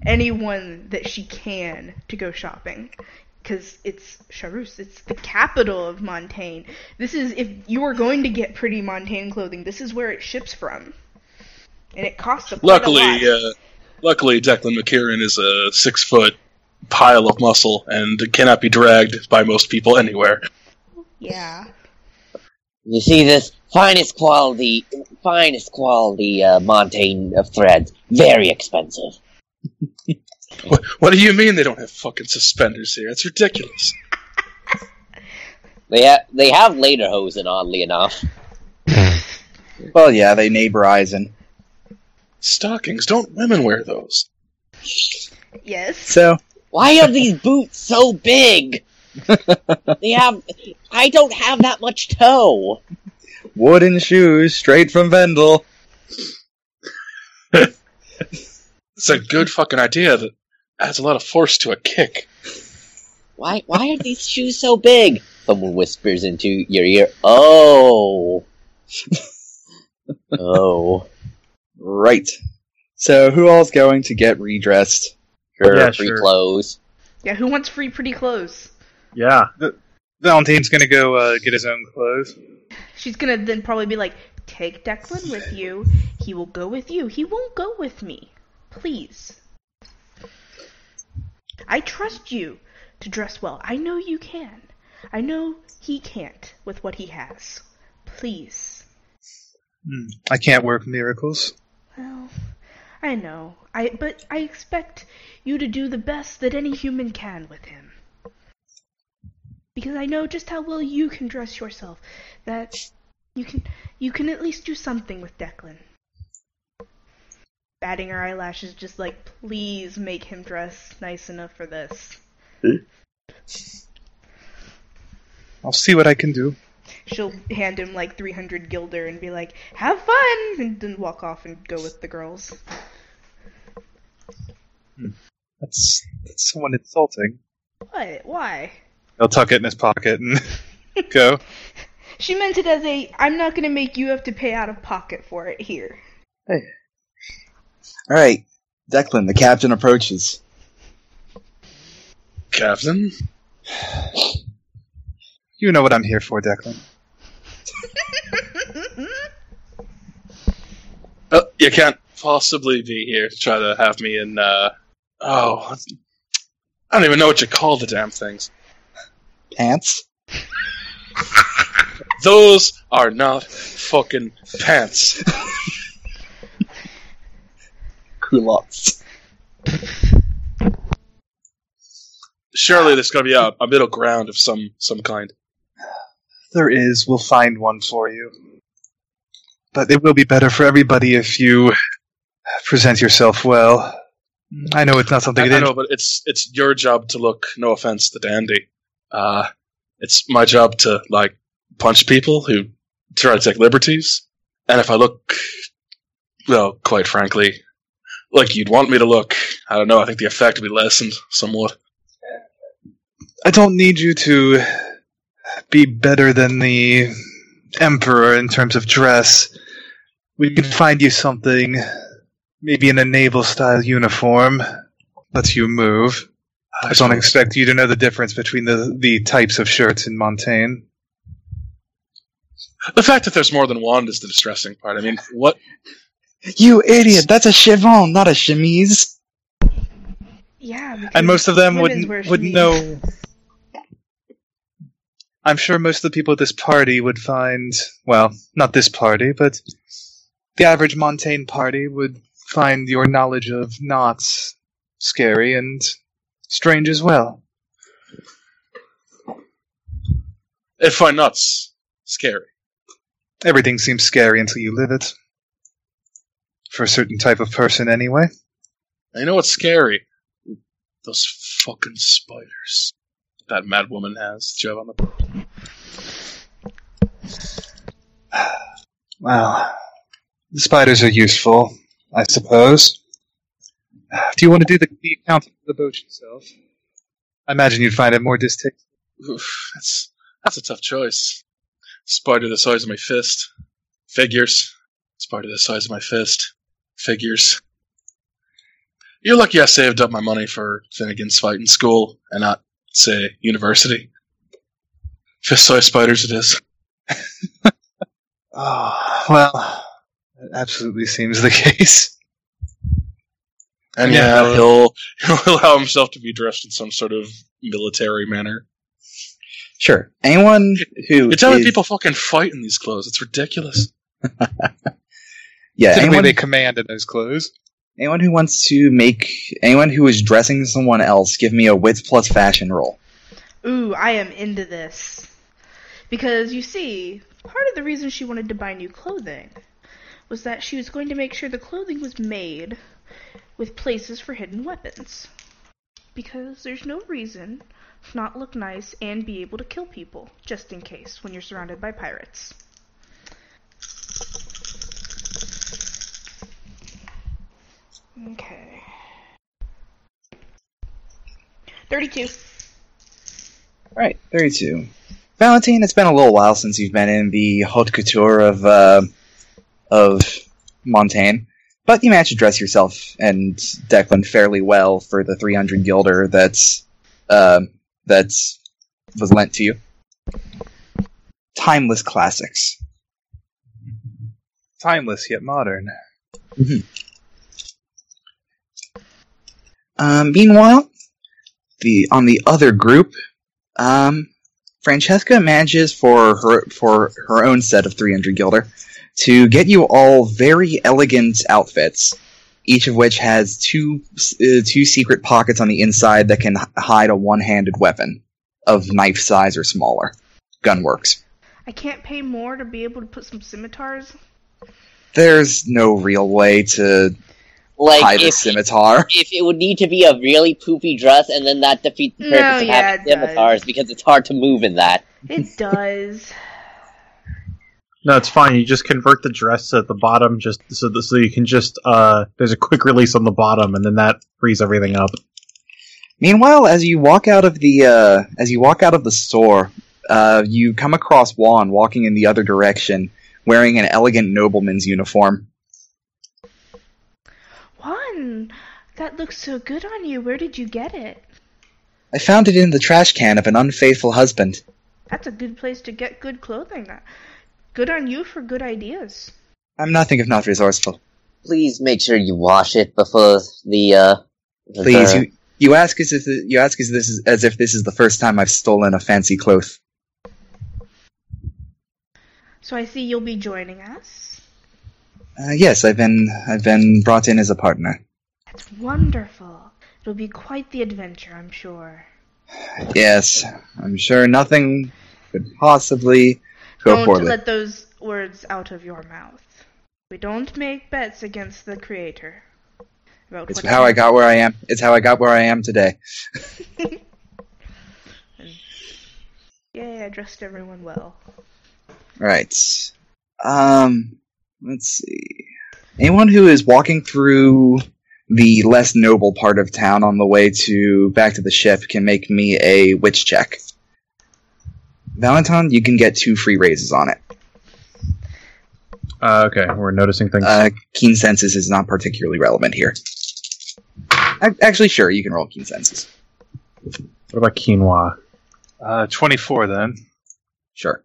Speaker 4: anyone that she can to go shopping because it's Charus. It's the capital of Montaigne. This is if you are going to get pretty Montaigne clothing, this is where it ships from, and it costs a quite
Speaker 6: Luckily,
Speaker 4: a lot.
Speaker 6: uh, luckily, Declan McCarran is a six foot pile of muscle and cannot be dragged by most people anywhere.
Speaker 4: yeah.
Speaker 2: You see this finest quality, finest quality uh, montane of threads, very expensive.
Speaker 6: What, what do you mean they don't have fucking suspenders here? That's ridiculous.
Speaker 2: They have they have later hosen, oddly enough.
Speaker 1: Well, yeah, they neighbor Eisen.
Speaker 6: Stockings, don't women wear those?
Speaker 4: Yes.
Speaker 1: So
Speaker 2: Why are these boots so big? They have. I don't have that much toe.
Speaker 1: Wooden shoes straight from Vendel.
Speaker 6: It's a good fucking idea that adds a lot of force to a kick.
Speaker 2: Why? Why are these shoes so big? Someone whispers into your ear. Oh. oh.
Speaker 1: Right. So who all's going to get redressed?
Speaker 2: Sure,
Speaker 3: Yeah,
Speaker 2: free
Speaker 3: sure.
Speaker 2: clothes.
Speaker 4: Yeah, who wants free pretty clothes?
Speaker 3: Yeah.
Speaker 5: Valentine's gonna go uh, get his own clothes.
Speaker 4: She's gonna then probably be like, "Take Declan with you. He will go with you. He won't go with me. Please. I trust you to dress well. I know you can. I know he can't with what he has. Please."
Speaker 5: Hmm. I can't work miracles.
Speaker 4: Well, I know. I but I expect you to do the best that any human can with him. Because I know just how well you can dress yourself. That you can you can at least do something with Declan. Batting her eyelashes just like please make him dress nice enough for this.
Speaker 5: I'll see what I can do.
Speaker 4: She'll hand him like 300 guilder and be like, "Have fun," and then walk off and go with the girls.
Speaker 5: That's that's someone insulting.
Speaker 4: What? Why?
Speaker 5: He'll tuck it in his pocket and go.
Speaker 4: She meant it as a I'm not gonna make you have to pay out of pocket for it here.
Speaker 1: All right. Declan, the captain approaches.
Speaker 6: Captain?
Speaker 5: You know what I'm here for, Declan.
Speaker 6: Oh, you can't possibly be here to try to have me in, uh. Oh. I don't even know what you call the damn things.
Speaker 1: Pants?
Speaker 6: Those are not fucking pants.
Speaker 1: Culottes.
Speaker 6: Surely there's gonna be a, a middle ground of some, some kind.
Speaker 5: There is. We'll find one for you. But it will be better for everybody if you present yourself well. I know it's not something.
Speaker 6: I,
Speaker 5: that
Speaker 6: I know, but it's it's your job to look. No offense to Dandy. Uh, it's my job to like punch people who try to take liberties. And if I look, well, quite frankly, like you'd want me to look, I don't know. I think the effect would be lessened somewhat.
Speaker 5: I don't need you to be better than the emperor in terms of dress. We can find you something, maybe in a naval style uniform. Lets you move. I don't expect you to know the difference between the the types of shirts in Montaigne.
Speaker 6: The fact that there's more than one is the distressing part. I mean, what?
Speaker 1: You idiot! That's a chevron, not a chemise.
Speaker 4: Yeah, because
Speaker 5: And most of them
Speaker 4: women's
Speaker 5: wouldn't
Speaker 4: wear
Speaker 5: wouldn't
Speaker 4: chemise.
Speaker 5: know. I'm sure most of the people at this party would find well, not this party, but the average Montaigne party would find your knowledge of knots scary and strange as well.
Speaker 6: If I'm nuts, scary.
Speaker 5: Everything seems scary until you live it. For a certain type of person, anyway.
Speaker 6: And you know what's scary? Those fucking spiders that mad woman has. Joe on the
Speaker 5: Well, the spiders are useful, I suppose. Do you want to do the, the accounting for the boat yourself? I imagine you'd find it more distasteful.
Speaker 6: Oof, that's that's a tough choice. Spider the size of my fist. Figures. Spider the size of my fist. Figures. You're lucky I saved up my money for Finnegan's fight in school and not, say, university. Fist sized spiders it is.
Speaker 5: Oh, well, that absolutely seems the case.
Speaker 6: And
Speaker 5: Yeah.
Speaker 6: yeah, he'll he'll allow himself to be dressed in some sort of military manner.
Speaker 1: Sure. Anyone who
Speaker 6: You're telling
Speaker 1: is-
Speaker 6: people fucking fight in these clothes. It's ridiculous.
Speaker 1: yeah,
Speaker 5: Typically,
Speaker 1: anyone,
Speaker 5: they command in those clothes.
Speaker 1: anyone who wants to make anyone who is dressing someone else, give me a wits plus fashion roll.
Speaker 4: Ooh, I am into this. Because you see, part of the reason she wanted to buy new clothing was that she was going to make sure the clothing was made with places for hidden weapons. because there's no reason to not look nice and be able to kill people, just in case, when you're surrounded by pirates. Okay. 32.
Speaker 1: All right, 32. Valentine, it's been a little while since you've been in the haute couture of, uh, of Montaigne, but you managed to dress yourself and Declan fairly well for the 300 guilder that's, uh, that's was lent to you. Timeless classics.
Speaker 5: Timeless yet modern.
Speaker 1: Um, meanwhile, the on the other group, um, Francesca manages for her for her own set of 300 guilder to get you all very elegant outfits, each of which has two uh, two secret pockets on the inside that can h- hide a one-handed weapon of knife size or smaller. Gunworks.
Speaker 4: I can't pay more to be able to put some scimitars.
Speaker 1: There's no real way to
Speaker 2: Like
Speaker 1: hide a
Speaker 2: if,
Speaker 1: scimitar.
Speaker 2: if it would need to be a really poopy dress, and then that defeats the
Speaker 4: No,
Speaker 2: purpose of
Speaker 4: yeah,
Speaker 2: having
Speaker 4: it does.
Speaker 2: scimitars because it's hard to move in that.
Speaker 4: It does.
Speaker 3: No, it's fine. You just convert the dress at the bottom, just so the, so you can just uh, there's a quick release on the bottom, and then that frees everything up.
Speaker 1: Meanwhile, as you walk out of the uh, as you walk out of the store, uh, you come across Juan walking in the other direction, wearing an elegant nobleman's uniform.
Speaker 4: Juan, that looks so good on you. Where did you get it?
Speaker 1: I found it in the trash can of an unfaithful husband.
Speaker 4: That's a good place to get good clothing. That good on you for good ideas.
Speaker 1: I'm nothing if not resourceful.
Speaker 2: Please make sure you wash it before the. uh... the-
Speaker 1: Please,
Speaker 2: the-
Speaker 1: you you ask as if you ask as this is, as if this is the first time I've stolen a fancy cloth.
Speaker 4: So I see you'll be joining us.
Speaker 1: Uh, yes, I've been I've been brought in as a partner.
Speaker 4: That's wonderful. It'll be quite the adventure, I'm sure.
Speaker 1: Yes, I'm sure nothing could possibly go
Speaker 4: don't
Speaker 1: poorly.
Speaker 4: let those words out of your mouth. We don't make bets against the creator. About
Speaker 1: It's
Speaker 4: what
Speaker 1: how I
Speaker 4: kind-
Speaker 1: got where I am. It's how I got where I am today.
Speaker 4: Yay, I dressed everyone well.
Speaker 1: Right. Um, let's see. Anyone who is walking through the less noble part of town on the way to back to the ship can make me a witch check. Valentine, you can get two free raises on it.
Speaker 3: Uh, okay, we're noticing things.
Speaker 1: Uh, keen senses is not particularly relevant here. Ac- Actually, sure, you can roll keen senses.
Speaker 3: what about quinoa?
Speaker 5: Uh, 24 then.
Speaker 1: Sure.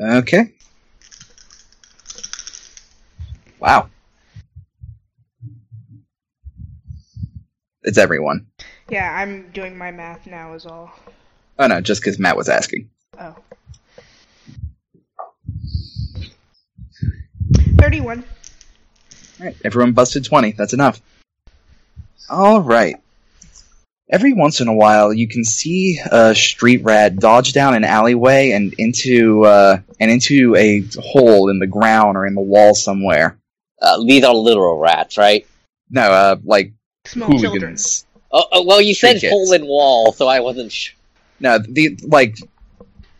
Speaker 1: Okay. Wow. It's everyone.
Speaker 4: Yeah, I'm doing my math now, is all.
Speaker 1: Oh no, just because Matt was asking.
Speaker 4: Oh. 31.
Speaker 1: Alright, everyone busted 20. That's enough. Alright. Every once in a while, you can see a street rat dodge down an alleyway and into uh, and into a hole in the ground or in the wall somewhere.
Speaker 2: Uh, these are literal rats, right?
Speaker 1: No, uh, like
Speaker 4: Small children.
Speaker 1: hooligans.
Speaker 2: Oh, oh well, you said
Speaker 1: Trinkets.
Speaker 2: hole in wall, so I wasn't sure.
Speaker 1: No, the like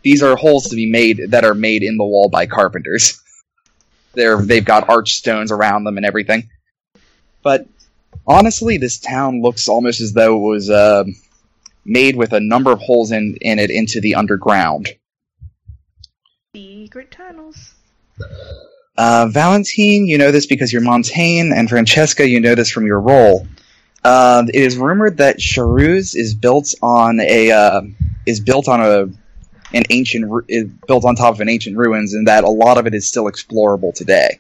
Speaker 1: these are holes to be made that are made in the wall by carpenters. They're they've got arch stones around them and everything. But honestly, this town looks almost as though it was uh, made with a number of holes in in it into the underground.
Speaker 4: Secret tunnels.
Speaker 1: Uh, Valentine, you know this because you're Montaigne, and Francesca, you know this from your role. Uh, it is rumored that Charuz is built on a uh, is built on a an ancient ru- is built on top of an ancient ruins, and that a lot of it is still explorable today.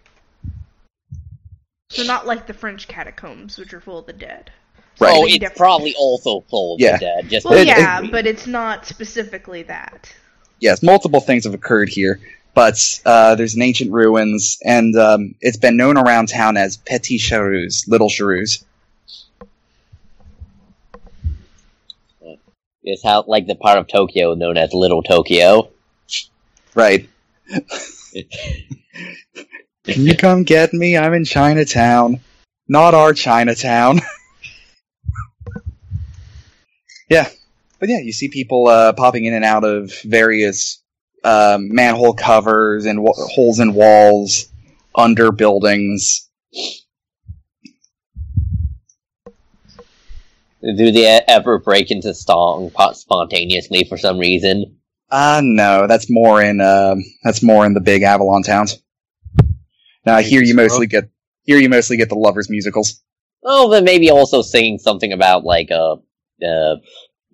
Speaker 4: So not like the French catacombs, which are full of the dead.
Speaker 1: Right.
Speaker 2: Oh,
Speaker 4: Something
Speaker 2: it's
Speaker 4: different.
Speaker 2: probably also full of
Speaker 1: Yeah.
Speaker 2: the dead. Just
Speaker 4: Well,
Speaker 1: It-
Speaker 4: yeah,
Speaker 1: it-
Speaker 4: but it's not specifically that.
Speaker 1: Yes, multiple things have occurred here, but uh, there's an ancient ruins, and um, it's been known around town as Petit Charuz, Little Charuz.
Speaker 2: It's how like the part of Tokyo known as Little Tokyo.
Speaker 1: Right. Can you come get me? I'm in Chinatown, not our Chinatown. but yeah, you see people uh, popping in and out of various um, manhole covers and w- holes in walls under buildings.
Speaker 2: Do they e- ever break into song pot spontaneously for some reason?
Speaker 1: Uh no, that's more in um that's more in the big Avalon towns. Now here you mostly get here you mostly get the lovers musicals.
Speaker 2: Oh, but maybe also singing something about like a, a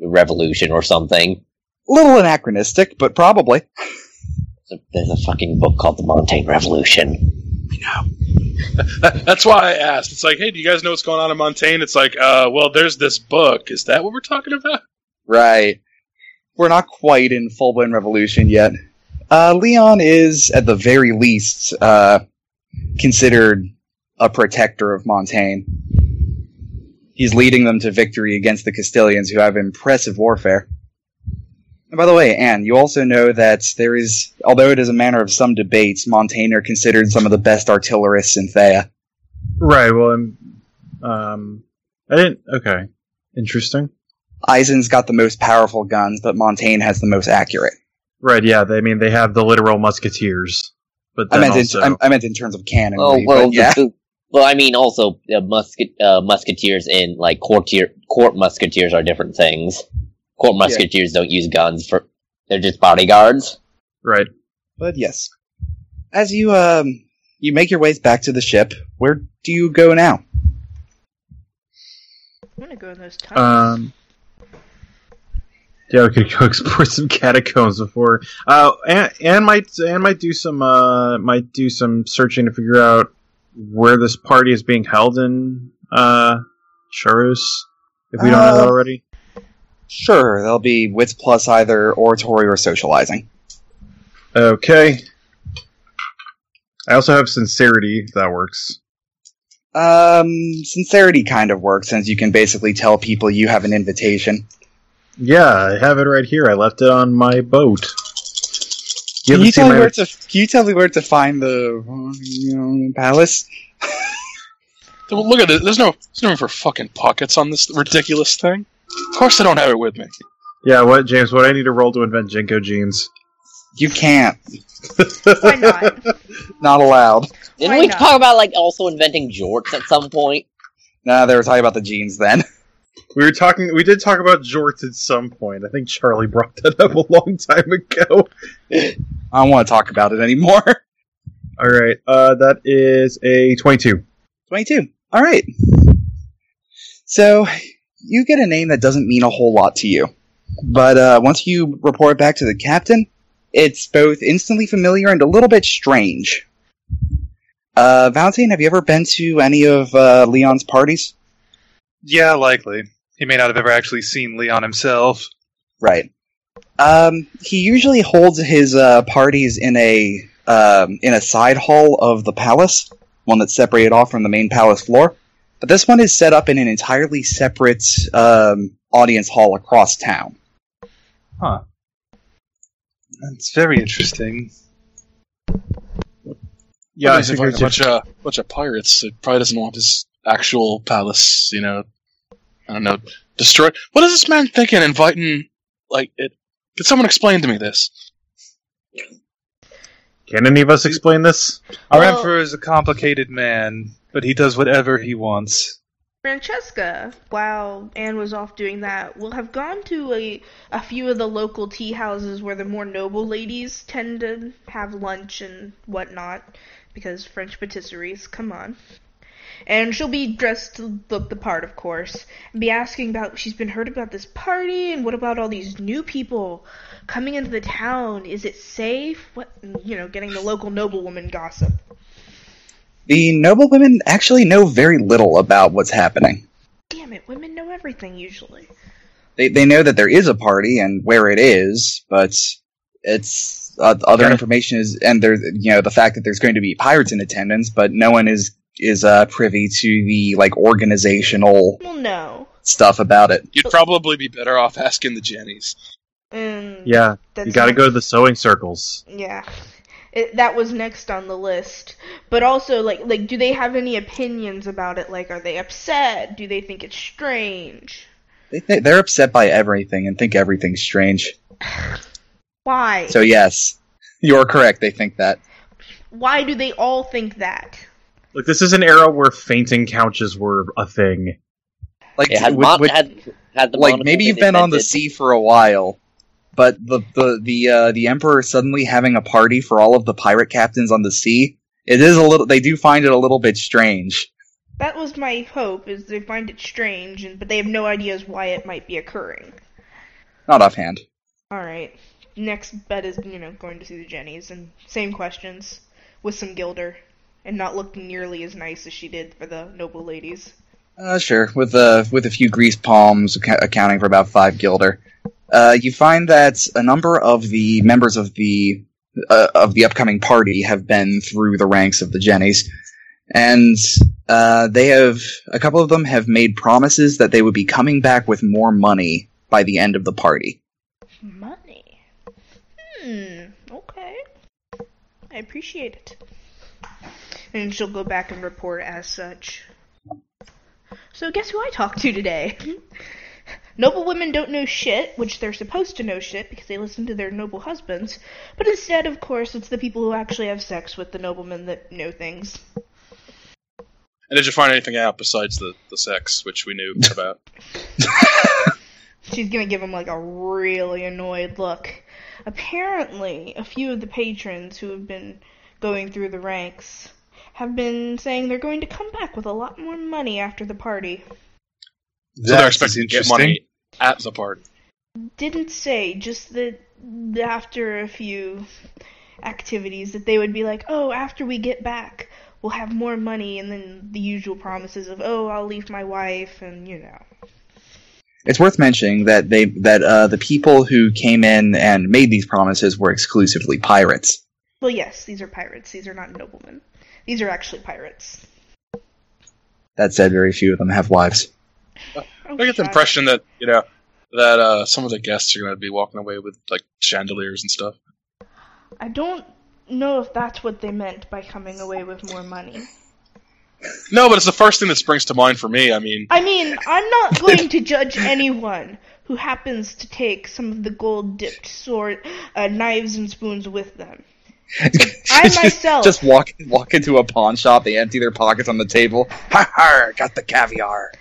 Speaker 2: revolution or something.
Speaker 1: A little anachronistic, but probably.
Speaker 2: There's a fucking book called The Montaigne Revolution.
Speaker 6: That- that's why I asked. It's like, hey, do you guys know what's going on in Montaigne? It's like, uh, well, there's this book. Is that what we're talking about?
Speaker 1: Right. We're not quite in full blown revolution yet. Uh, Leon is, at the very least, uh, considered a protector of Montaigne. He's leading them to victory against the Castilians, who have impressive warfare. And by the way, Anne, you also know that there is, although it is a matter of some debates, Montaigne are considered some of the best artillerists in Thea.
Speaker 3: Right. Well, I'm. Um, I didn't. Okay. Interesting.
Speaker 1: Eisen's got the most powerful guns, but Montaigne has the most accurate.
Speaker 3: Right. Yeah. They, I mean, they have the literal musketeers, but
Speaker 1: I
Speaker 3: then
Speaker 1: meant,
Speaker 3: also,
Speaker 1: in, I, I meant in terms of cannonry.
Speaker 2: Oh well,
Speaker 1: but yeah.
Speaker 2: the- the- well, I mean, also uh, musket uh, musketeers and like courtier court musketeers are different things. Court musketeers don't use guns for; they're just bodyguards.
Speaker 3: right.
Speaker 1: But yes, as you um you make your ways back to the ship, where do you go now?
Speaker 4: I'm gonna go in those tunnels.
Speaker 3: Um. Yeah, we could go explore some catacombs before. Uh, Anne, Anne might Anne might do some uh might do some searching to figure out where this party is being held in uh Charus, if we don't know
Speaker 1: Uh,
Speaker 3: that already.
Speaker 1: Sure, there'll be wits plus either oratory or socializing.
Speaker 3: Okay. I also have sincerity. If that works.
Speaker 1: Um, sincerity kind of works since you can basically tell people you have an invitation.
Speaker 3: Yeah, I have it right here. I left it on my boat.
Speaker 1: Can
Speaker 3: You haven't
Speaker 1: you
Speaker 3: seen
Speaker 1: tell me
Speaker 3: my
Speaker 1: where to? Can you tell me where to find the um, palace?
Speaker 6: Well, Look at this. There's no, there's no room for fucking pockets on this ridiculous thing. Of course, I don't have it with me.
Speaker 3: yeah. What James? What I need to roll to invent Jinko jeans?
Speaker 1: You can't.
Speaker 4: Why not?
Speaker 1: Not allowed.
Speaker 2: Didn't
Speaker 4: Why
Speaker 2: we
Speaker 4: not?
Speaker 2: talk about like also inventing jorts at some point?
Speaker 1: No, they were talking about the jeans then.
Speaker 3: We were talking. We did talk about jorts at some point. I think Charlie brought that up a long time ago.
Speaker 1: I don't want to talk about it anymore.
Speaker 3: All right. Uh, that is a twenty-two.
Speaker 1: 22. All right. So you get a name that doesn't mean a whole lot to you. But uh, once you report back to the captain, it's both instantly familiar and a little bit strange. Uh, Valentine, have you ever been to any of uh, Leon's parties?
Speaker 5: Yeah, likely. He may not have ever actually seen Leon himself.
Speaker 1: Right. Um, he usually holds his uh, parties in a um, in a side hall of the palace, one that's separated off from the main palace floor. But this one is set up in an entirely separate um, audience hall across town.
Speaker 5: That's very interesting.
Speaker 3: Yeah, I
Speaker 6: Otherwise, if
Speaker 3: figured
Speaker 6: a bunch of bunch of pirates. It probably doesn't want his actual palace. You know, I don't know. Destroy. What is this man thinking? Inviting like it? Could someone explain to me this?
Speaker 3: Can any of us explain this?
Speaker 5: Our
Speaker 4: Well-
Speaker 5: emperor is a complicated man, but he does whatever he wants.
Speaker 4: Francesca, while Anne was off doing that, will have gone to a, a few of the local tea houses where the more noble ladies tend to have lunch and whatnot, because French patisseries, come on. And she'll be dressed to look the part, of course, and be asking about she's been heard about this party and what about all these new people coming into the town? Is it safe? What you know, getting the local noblewoman gossip.
Speaker 1: The noblewomen actually know very little about what's happening.
Speaker 4: Damn it, women know everything usually.
Speaker 1: They they know that there is a party and where it is, but it's uh, other
Speaker 3: Yeah.
Speaker 1: information is and there you know the fact that there's going to be pirates in attendance, but no one is is uh, privy to the like organizational
Speaker 4: Well no.
Speaker 1: stuff about it.
Speaker 6: You'd probably be better off asking the Jennies.
Speaker 4: And
Speaker 3: Yeah,
Speaker 4: that's
Speaker 3: you got to
Speaker 4: not-
Speaker 3: go to the sewing circles.
Speaker 4: Yeah, it, that was next on the list. But also, like, like, do they have any opinions about it? Like, are they upset? Do they think it's strange?
Speaker 1: They th- they're upset by everything and think everything's strange.
Speaker 4: Why?
Speaker 1: So yes, you're correct. They think that.
Speaker 4: Why do they all think that?
Speaker 3: Look, this is an era where fainting couches were a thing.
Speaker 1: Like
Speaker 2: Yeah, had,
Speaker 1: with-
Speaker 2: mon-
Speaker 1: with-
Speaker 2: had, had the
Speaker 1: like
Speaker 2: monocle
Speaker 1: maybe you've been on the
Speaker 2: invented-
Speaker 1: sea for a while, but the the the uh, the emperor suddenly having a party for all of the pirate captains on the sea. It is a little. They do find it a little bit strange.
Speaker 4: That was my hope, is they find it strange, and, but they have no ideas why it might be occurring.
Speaker 1: Not offhand.
Speaker 4: Alright. Next bet is, you know, going to see the Jennies, and same questions, with some Gilder, and not looking nearly as nice as she did for the noble ladies.
Speaker 1: Uh, sure, with uh, with a few grease palms acc- accounting for about five guilder, uh, you find that a number of the members of the uh, of the upcoming party have been through the ranks of the Jennies, and uh, they have a couple of them have made promises that they would be coming back with more money by the end of the party.
Speaker 4: Money. Hmm, okay. I appreciate it. And she'll go back and report as such. So, guess who I talked to today? noble women don't know shit, which they're supposed to know shit because they listen to their noble husbands, but instead, of course, it's the people who actually have sex with the noblemen that know things.
Speaker 6: And did you find anything out besides the, the sex, which we knew about?
Speaker 4: She's gonna give him like a really annoyed look. Apparently, a few of the patrons who have been going through the ranks have been saying they're going to come back with a lot more money after the party.
Speaker 6: so they're
Speaker 5: That is
Speaker 6: expecting to get
Speaker 5: interesting.
Speaker 6: money at the party.
Speaker 4: Didn't say, just that after a few activities, that they would be like, oh, after we get back, we'll have more money, and then the usual promises of, oh, I'll leave my wife, and you know.
Speaker 1: It's worth mentioning that they that uh, the people who came in and made these promises were exclusively pirates.
Speaker 4: Well, yes, these are pirates, these are not noblemen. These are actually pirates.
Speaker 1: That said, very few of them have wives.
Speaker 4: Oh,
Speaker 6: I get the
Speaker 4: shut
Speaker 6: impression that you know that uh, some of the guests are going to be walking away with like chandeliers and stuff.
Speaker 4: I don't know if that's what they meant by coming away with more money.
Speaker 6: No, but it's the first thing that springs to mind for me. I mean,
Speaker 4: I mean, I'm not going to judge anyone who happens to take some of the gold dipped sword uh, knives and spoons with them. I
Speaker 1: Just-
Speaker 4: myself-
Speaker 1: just walk walk into a pawn shop. They empty their pockets on the table. Ha ha! Got the caviar.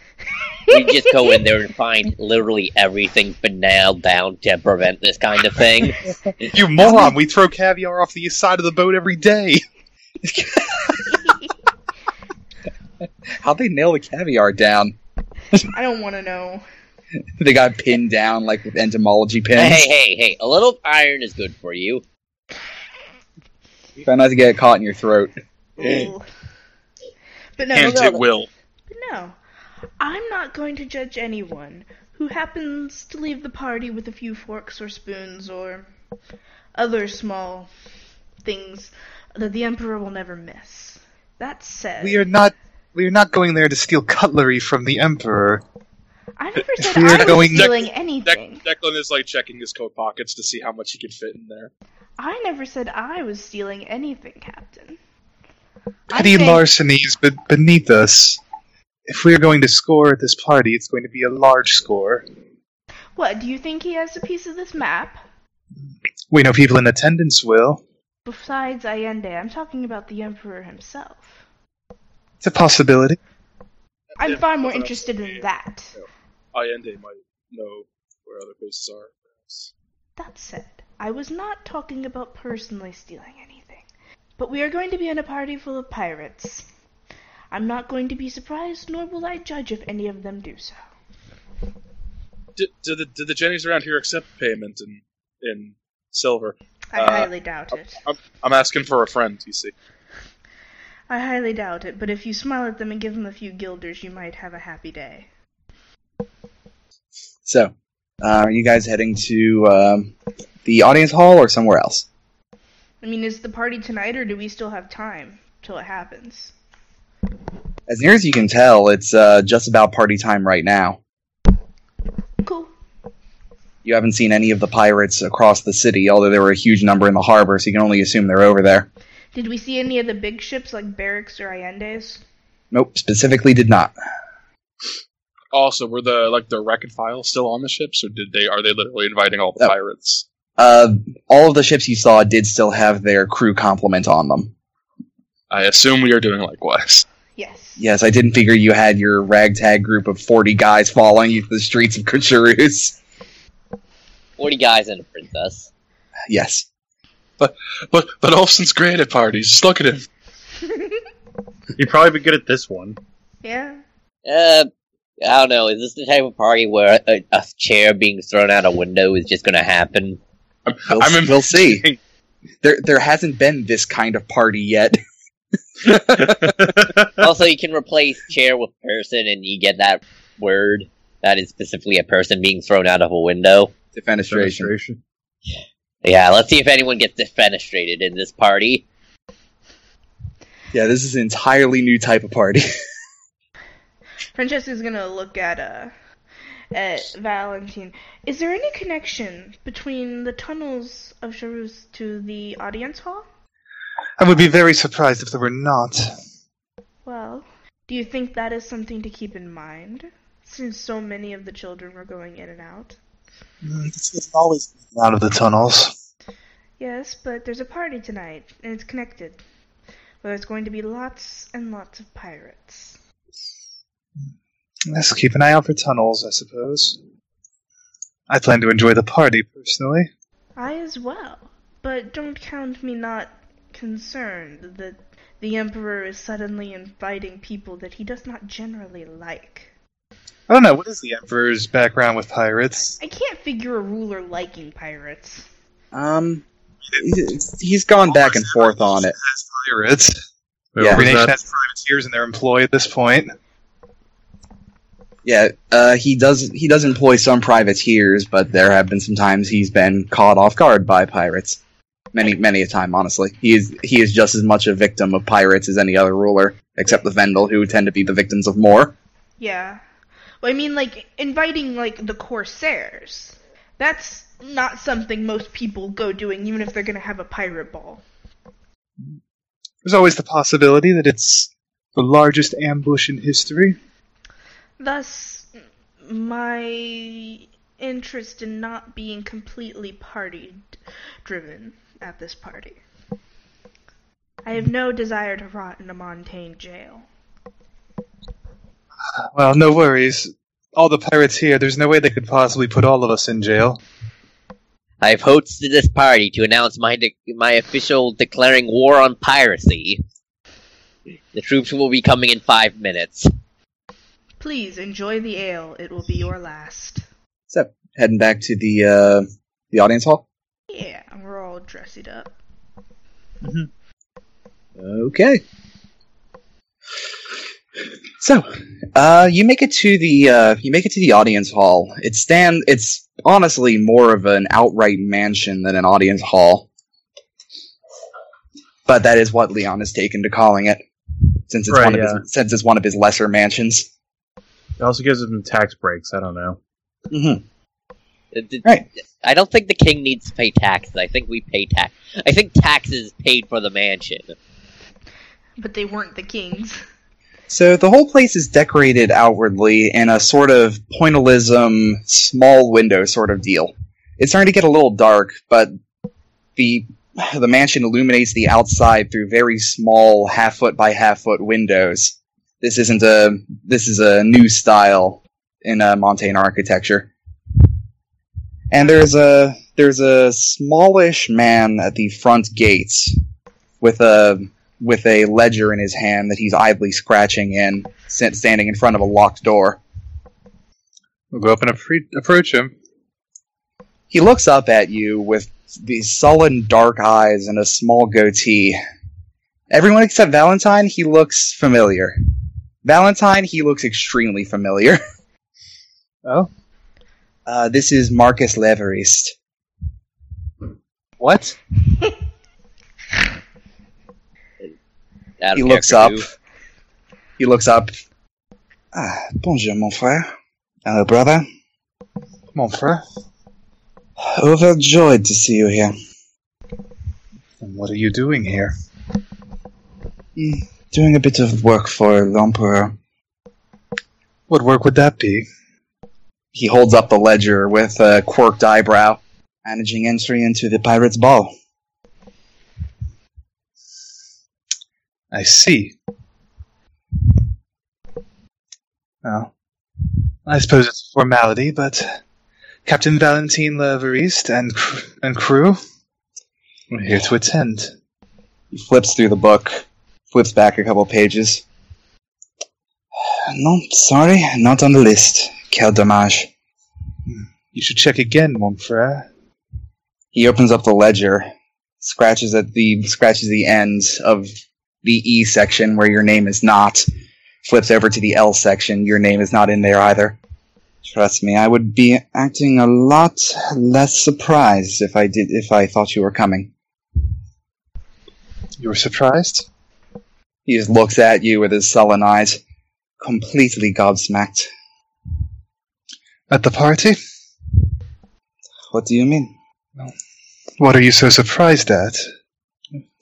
Speaker 2: you just go in there and find literally everything banal down to prevent this kind of thing.
Speaker 5: You moron! We throw caviar off the side of the boat every day.
Speaker 1: How'd they nail the caviar down?
Speaker 4: I don't want to know.
Speaker 1: They got pinned down like with entomology
Speaker 2: hey,
Speaker 1: pins.
Speaker 2: hey, hey, hey! A little iron is good for you.
Speaker 1: Try not to get it caught in your throat.
Speaker 4: Ooh. But no,
Speaker 6: and it will.
Speaker 4: but no. I'm not going to judge anyone who happens to leave the party with a few forks or spoons or other small things that the Emperor will never miss. That said,
Speaker 5: We are not. We are not going there to steal cutlery from the emperor.
Speaker 4: I never said
Speaker 5: We are
Speaker 4: I was
Speaker 5: going-
Speaker 4: stealing
Speaker 6: De-
Speaker 4: anything.
Speaker 6: Declan is like checking his coat pockets to see how much he can fit in there.
Speaker 4: I never said I was stealing anything, Captain. I
Speaker 5: Petty
Speaker 4: think-
Speaker 5: larcenies be- beneath us. If we are going to score at this party, it's going to be a large score.
Speaker 4: What, do you think he has a piece of this map?
Speaker 5: We know people in attendance will.
Speaker 4: Besides Allende, I'm talking about the Emperor himself.
Speaker 5: It's a possibility.
Speaker 4: I'm
Speaker 6: Yeah,
Speaker 4: far more
Speaker 6: that's-
Speaker 4: interested in that.
Speaker 6: Allende might know where other places are. perhaps.
Speaker 4: That said, I was not talking about personally stealing anything. But we are going to be in a party full of pirates. I'm not going to be surprised, nor will I judge if any of them do so.
Speaker 6: Did, did the did the Jennies around here accept payment in in silver?
Speaker 4: I
Speaker 6: Uh,
Speaker 4: highly doubt it.
Speaker 6: I'm, I'm asking for a friend. You see,
Speaker 4: I highly doubt it, but if you smile at them and give them a few guilders, you might have a happy day.
Speaker 1: So, uh, are you guys heading to um, the audience hall or somewhere else?
Speaker 4: I mean, is the party tonight, or do we still have time till it happens?
Speaker 1: As near as you can tell, it's uh, just about party time right now.
Speaker 4: Cool.
Speaker 1: You haven't seen any of the pirates across the city, although there were a huge number in the harbor, so you can only assume they're over there.
Speaker 4: Did we see any of the big ships like Barracks or Allende's?
Speaker 1: Nope, specifically did not.
Speaker 6: Also, were the like the wreck and file still on the ships, or did they are they literally inviting all the
Speaker 1: No.
Speaker 6: pirates?
Speaker 1: Uh, all of the ships you saw did still have their crew complement on them.
Speaker 6: I assume we are doing likewise.
Speaker 4: Yes.
Speaker 1: Yes, I didn't figure you had your ragtag group of 40 guys following you through the streets of Kuchurus.
Speaker 2: Forty guys and a princess.
Speaker 1: Yes.
Speaker 6: But but Olsen's great at parties. Just look at him.
Speaker 3: He'd probably be good at this one.
Speaker 4: yeah.
Speaker 2: Uh, I don't know. Is this the type of party where a, a chair being thrown out a window is just gonna happen?
Speaker 6: I'm,
Speaker 1: We'll,
Speaker 6: I'm
Speaker 1: we'll see. There, there hasn't been this kind of party yet.
Speaker 2: also, you can replace chair with person, and you get that word that is specifically a person being thrown out of a window.
Speaker 1: Defenestration.
Speaker 3: Demonstration.
Speaker 2: Yeah, let's see if anyone gets defenestrated in this party.
Speaker 1: Yeah, this is an entirely new type of party.
Speaker 4: Francesca's gonna look at uh at Valentine. Is there any connection between the tunnels of Charus to the audience hall?
Speaker 5: I would be very surprised if there were not.
Speaker 4: Well, do you think that is something to keep in mind? Since so many of the children were going in and out.
Speaker 5: Mm, It's, it's always out of the tunnels.
Speaker 4: Yes, but there's a party tonight, and it's connected. Well, there's going to be lots and lots of pirates.
Speaker 5: Let's keep an eye out for tunnels, I suppose. I plan to enjoy the party personally.
Speaker 4: I as well. But don't count me not concerned that the Emperor is suddenly inviting people that he does not generally like.
Speaker 5: I don't know what is the emperor's background with pirates.
Speaker 4: I can't figure a ruler liking pirates.
Speaker 1: Um, he- he's gone back and forth on it.
Speaker 5: Has pirates.
Speaker 3: Wait,
Speaker 1: Yeah.
Speaker 3: what
Speaker 5: Every
Speaker 3: was
Speaker 5: nation
Speaker 3: that?
Speaker 5: has privateers in their employ at this point.
Speaker 1: Yeah, uh, he does. He does employ some privateers, but there have been some times he's been caught off guard by pirates. Many, many a time, honestly, he is he is just as much a victim of pirates as any other ruler, except the Vendel, who tend to be the victims of more.
Speaker 4: Yeah. Well, I mean, like, inviting, like, the Corsairs. That's not something most people go doing, even if they're gonna have a pirate ball.
Speaker 5: There's always the possibility that it's the largest ambush in history.
Speaker 4: Thus, my interest in not being completely party d- driven at this party. I have no desire to rot in a Montaigne jail.
Speaker 5: Well, no worries. All the pirates here, there's no way they could possibly put all of us in jail.
Speaker 2: I've hosted this party to announce my de- my official declaring war on piracy. The troops will be coming in five minutes.
Speaker 4: Please enjoy the ale, it will be your last.
Speaker 1: So heading back to the uh, the audience hall.
Speaker 4: Yeah, we're all dressed up.
Speaker 1: Okay. So, uh, you make it to the uh, you make it to the audience hall. It stand. It's honestly more of an outright mansion than an audience hall, but that is what Leon has taken to calling it, since it's
Speaker 3: Right,
Speaker 1: one of
Speaker 3: yeah.
Speaker 1: his since it's one of his lesser mansions.
Speaker 3: It also gives him tax breaks. I don't know.
Speaker 1: Mm-hmm.
Speaker 2: Uh, d-
Speaker 1: Right.
Speaker 2: I don't think the king needs to pay taxes. I think we pay tax. I think taxes paid for the mansion.
Speaker 4: But they weren't the kings.
Speaker 1: So the whole place is decorated outwardly in a sort of pointillism, small window sort of deal. It's starting to get a little dark, but the the mansion illuminates the outside through very small half foot by half foot windows. This isn't a this is a new style in uh, Montane architecture. And there's a there's a smallish man at the front gate with a with a ledger in his hand that he's idly scratching in, sit- standing in front of a locked door.
Speaker 5: We'll go up and appre- approach him.
Speaker 1: He looks up at you with these sullen dark eyes and a small goatee. Everyone except Valentine, he looks familiar. Valentine, he looks extremely familiar.
Speaker 5: Oh?
Speaker 1: Uh, this is Marcus Leverist.
Speaker 5: What?
Speaker 2: I don't
Speaker 1: He
Speaker 2: care
Speaker 1: looks
Speaker 2: for
Speaker 1: up.
Speaker 2: you.
Speaker 1: He looks up. Ah, bonjour, mon frère. Hello, brother.
Speaker 5: Come on, Fra.
Speaker 1: Overjoyed to see you here.
Speaker 5: And what are you doing here?
Speaker 1: Doing a bit of work for L'Empereur.
Speaker 5: What work would that be?
Speaker 1: He holds up the ledger with a quirked eyebrow, managing entry into the pirate's ball.
Speaker 5: I see. Well, I suppose it's a formality, but Captain Valentine Leverist and cr- and crew, we're here to attend.
Speaker 1: He flips through the book, flips back a couple pages. No, sorry, not on the list. Quel dommage.
Speaker 5: You should check again, Montfrere.
Speaker 1: He opens up the ledger, scratches at the scratches the ends of the E section where your name is not, flips over to the L section, your name is not in there either. Trust me, I would be acting a lot less surprised if I did if I thought you were coming.
Speaker 5: You were surprised?
Speaker 1: He just looks at you with his sullen eyes, completely gobsmacked.
Speaker 5: At the party?
Speaker 1: What do you mean?
Speaker 5: What are you so surprised at?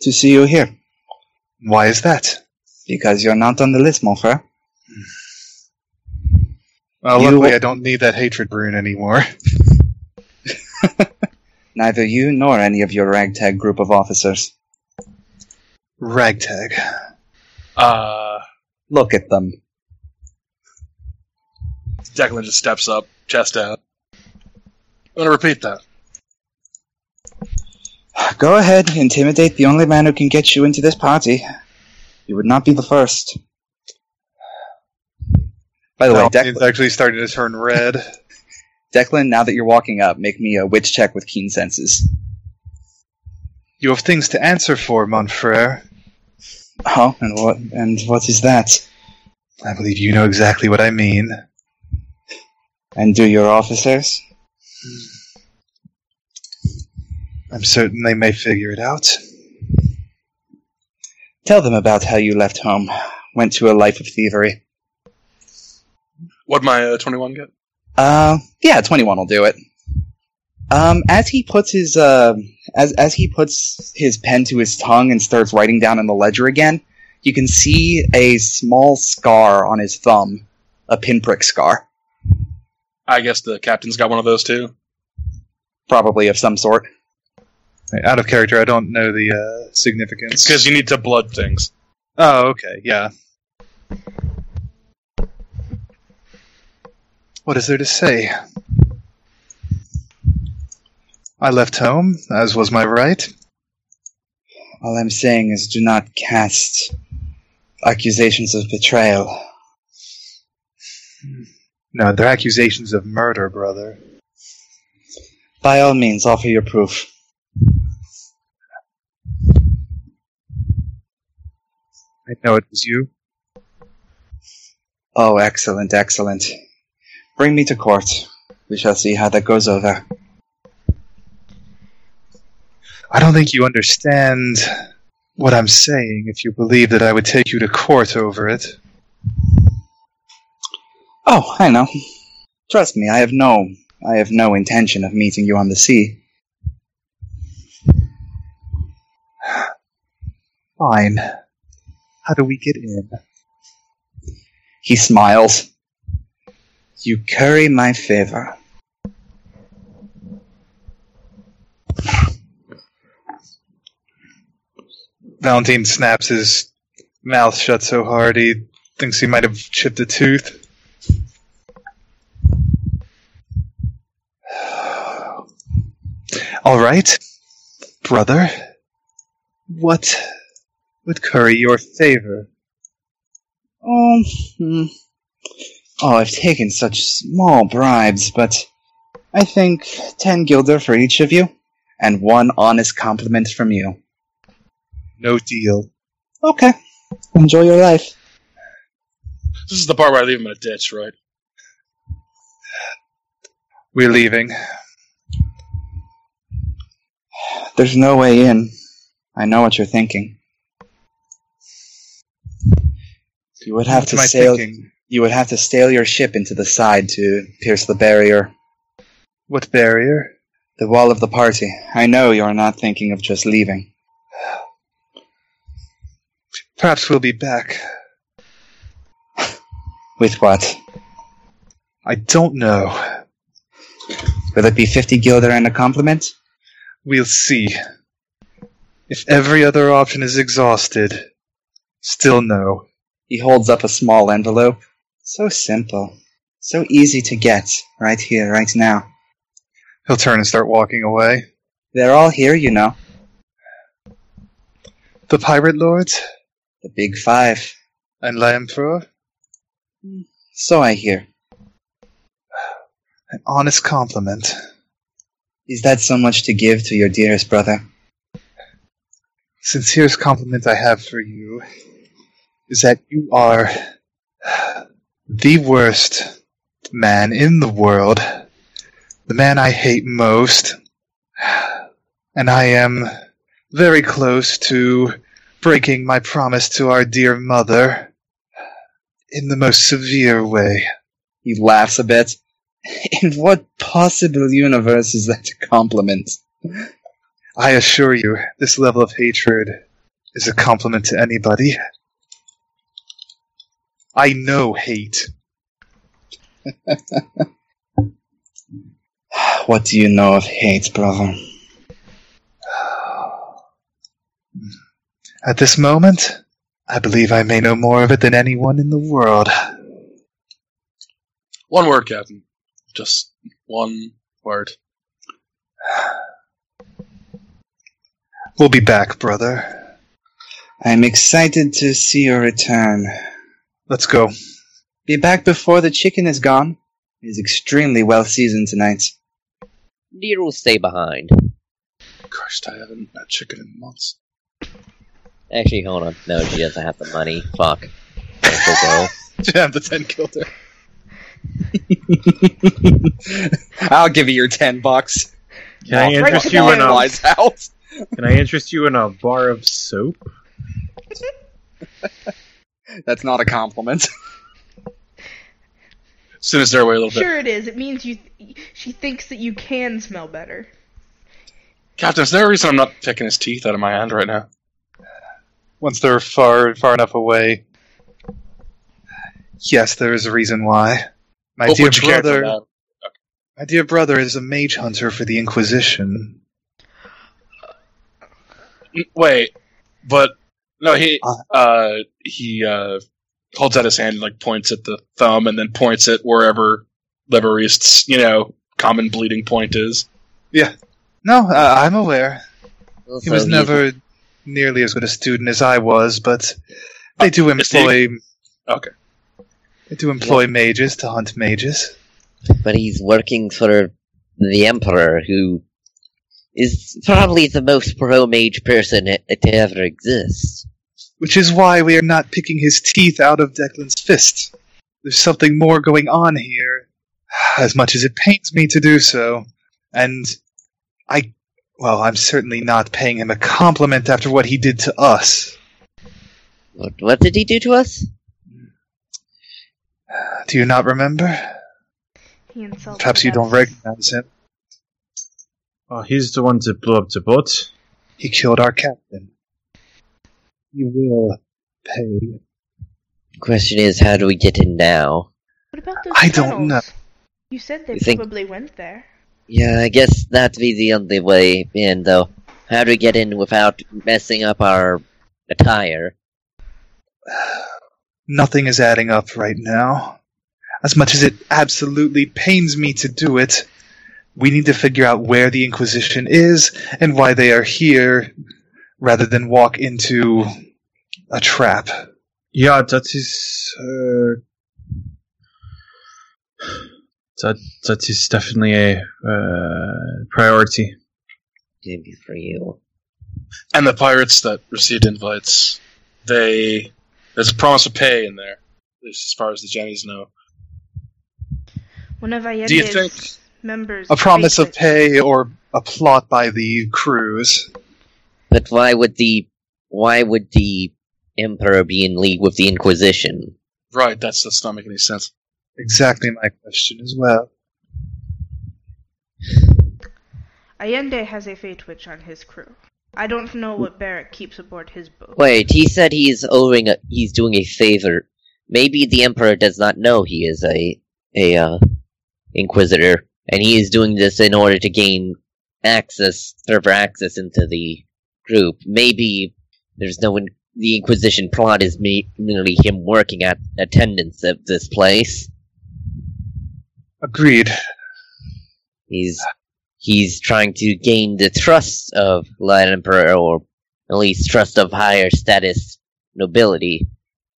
Speaker 1: To see you here.
Speaker 5: Why is that?
Speaker 1: Because you're not on the list, mon frère.
Speaker 5: Well,
Speaker 1: You-
Speaker 5: luckily I don't need that hatred rune anymore.
Speaker 1: Neither you nor any of your ragtag group of officers.
Speaker 5: Ragtag.
Speaker 6: Uh,
Speaker 1: Look at them.
Speaker 6: Declan just steps up, chest out. I'm gonna repeat that.
Speaker 1: Go ahead, intimidate the only man who can get you into this party. You would not be the first. By the way, Declan,
Speaker 5: it's actually starting to turn red.
Speaker 1: Declan, now that you're walking up, make me a witch check with keen senses.
Speaker 5: You have things to answer for, Montfrere.
Speaker 1: Oh, and what and what is that?
Speaker 5: I believe you know exactly what I mean.
Speaker 1: And do your officers?
Speaker 5: I'm certain they may figure it out.
Speaker 1: Tell them about how you left home, went to a life of thievery.
Speaker 6: What'd my uh, 21 get?
Speaker 1: Uh, yeah, twenty-one will do it. Um, as he puts his uh, as as he puts his pen to his tongue and starts writing down in the ledger again, you can see a small scar on his thumb, a pinprick scar,
Speaker 6: I guess the captain's got one of those too.
Speaker 1: probably of some sort.
Speaker 5: Out of character, I don't know the uh, significance.
Speaker 6: Because you need to blood things.
Speaker 5: oh, okay, yeah. What is there to say? I left home, as was my right.
Speaker 1: All I'm saying is, do not cast accusations of betrayal.
Speaker 5: No, they're accusations of murder, brother.
Speaker 1: By all means, offer your proof.
Speaker 5: I know it was you.
Speaker 1: Oh, excellent, excellent. Bring me to court. We shall see how that goes over.
Speaker 5: I don't think you understand what I'm saying if you believe that I would take you to court over it.
Speaker 1: Oh, I know. Trust me, I have no I have no intention of meeting you on the sea.
Speaker 5: Fine. How do we get in?
Speaker 1: He smiles. You curry my favor.
Speaker 5: Valentine snaps his mouth shut so hard he thinks he might have chipped a tooth. All right, brother. What would curry your favor?
Speaker 1: Oh, hmm. oh, I've taken such small bribes, but I think ten guilder for each of you, and one honest compliment from you.
Speaker 5: No deal.
Speaker 1: Okay, enjoy your life.
Speaker 6: This is the part where I leave him in a ditch, right?
Speaker 5: We're leaving.
Speaker 1: There's no way in. I know what you're thinking. You would have
Speaker 5: What
Speaker 1: to
Speaker 5: am I
Speaker 1: sail.
Speaker 5: thinking?
Speaker 1: You would have to sail your ship into the side to pierce the barrier,
Speaker 5: What barrier?
Speaker 1: the wall of the party. I know you are not thinking of just leaving.
Speaker 5: Perhaps we'll be back.
Speaker 1: With what?
Speaker 5: I don't know.
Speaker 1: Will it be 50 guilder and a compliment?
Speaker 5: We'll see. If every other option is exhausted, still no.
Speaker 1: He holds up a small envelope. So simple. So easy to get, right here, right now.
Speaker 5: He'll turn and start walking away.
Speaker 1: They're all here, you know.
Speaker 5: The pirate lords
Speaker 1: The big five.
Speaker 5: and La Emperor.
Speaker 1: So I hear.
Speaker 5: An honest compliment.
Speaker 1: Is that so much to give to your dearest brother?
Speaker 5: Sincerest compliment I have for you is that you are the worst man in the world, the man I hate most, and I am very close to breaking my promise to our dear mother in the most severe way.
Speaker 1: He laughs a bit. In what possible universe is that a compliment?
Speaker 5: I assure you, this level of hatred is a compliment to anybody. I know hate.
Speaker 1: What do you know of hate, brother?
Speaker 5: At this moment, I believe I may know more of it than anyone in the world.
Speaker 6: One word, Captain. Just one word.
Speaker 5: We'll be back, brother.
Speaker 1: I'm excited to see your return.
Speaker 5: Let's go.
Speaker 1: Be back before the chicken is gone. It is extremely well seasoned tonight.
Speaker 2: Deer will stay behind.
Speaker 6: Christ, I haven't had chicken in months.
Speaker 2: Actually, hold on. No, she doesn't have the money. Fuck. She'll go.
Speaker 5: Jam the ten kilter.
Speaker 1: I'll give you your ten bucks.
Speaker 3: Can I
Speaker 4: Well,
Speaker 3: interest
Speaker 4: right
Speaker 3: you in
Speaker 4: now-
Speaker 3: a
Speaker 1: Lies out.
Speaker 3: Can I interest you in a bar of soap?
Speaker 1: That's not a compliment.
Speaker 6: Send us their way a little bit.
Speaker 4: Sure, it is. It means you. She thinks that you can smell better.
Speaker 6: Captain, is there a reason I'm not picking his teeth out of my hand right now?
Speaker 5: Once they're far, far enough away. Yes, there is a reason why. My
Speaker 6: What
Speaker 5: dear
Speaker 6: would you care to
Speaker 5: brother,
Speaker 6: know?
Speaker 5: my dear brother is a mage hunter for the Inquisition.
Speaker 6: Mm, Wait, but no, he
Speaker 5: Uh.
Speaker 6: uh, he uh, holds out his hand and like points at the thumb, and then points at wherever Leverist's you know common bleeding point is.
Speaker 5: No, uh, I'm aware. He
Speaker 2: Also,
Speaker 5: was
Speaker 2: he's-
Speaker 5: never nearly as good a student as I was, but they do
Speaker 6: is he-
Speaker 5: employ.
Speaker 6: Okay.
Speaker 5: They do employ mages to hunt mages.
Speaker 2: but he's working for the Emperor, who is probably the most pro mage person e- to ever exist.
Speaker 5: which is why we are not picking his teeth out of Declan's fist. There's something more going on here, as much as it pains me to do so. And I, well, I'm certainly not paying him a compliment after what he did to us.
Speaker 2: What, what did he do to us?
Speaker 5: Do you not remember?
Speaker 4: He insulted.
Speaker 5: Perhaps you don't
Speaker 4: us.
Speaker 5: recognize him.
Speaker 3: Oh, he's the one that blew up the boat.
Speaker 5: He killed our captain. You will pay.
Speaker 2: Question is, how do we get in now?
Speaker 4: What about those
Speaker 5: I don't
Speaker 4: tunnels?
Speaker 5: know.
Speaker 4: You said they
Speaker 2: You think-
Speaker 4: probably went there.
Speaker 2: Yeah, I guess that'd be the only way in, though. How do we get in without messing up our attire?
Speaker 5: Nothing is adding up right now. As much as it absolutely pains me to do it, we need to figure out where the Inquisition is and why they are here rather than walk into a trap.
Speaker 3: Yeah, that is. Uh, that that is definitely a uh, priority.
Speaker 2: Maybe for you.
Speaker 6: And the pirates that received invites, they there's a promise of pay in there, at least as far as the Jennies know.
Speaker 4: One of Ayende's
Speaker 6: Do you think?
Speaker 4: members.
Speaker 5: A promise of
Speaker 4: faked it.
Speaker 5: pay or a plot by the crews.
Speaker 2: But why would the why would the Emperor be in league with the Inquisition?
Speaker 6: Right, that's that's not making any sense.
Speaker 5: Exactly my question as well.
Speaker 4: Allende has a Fate Witch on his crew. I don't know what Barrett keeps aboard his boat.
Speaker 2: Wait, he said he's owing a, he's doing a favor. Maybe the Emperor does not know he is a a uh, inquisitor, and he is doing this in order to gain access, server access into the group. Maybe there's no in- the Inquisition plot is me- merely him working at attendance of this place.
Speaker 5: Agreed.
Speaker 2: He's he's trying to gain the trust of Lion Emperor, or at least trust of higher status nobility,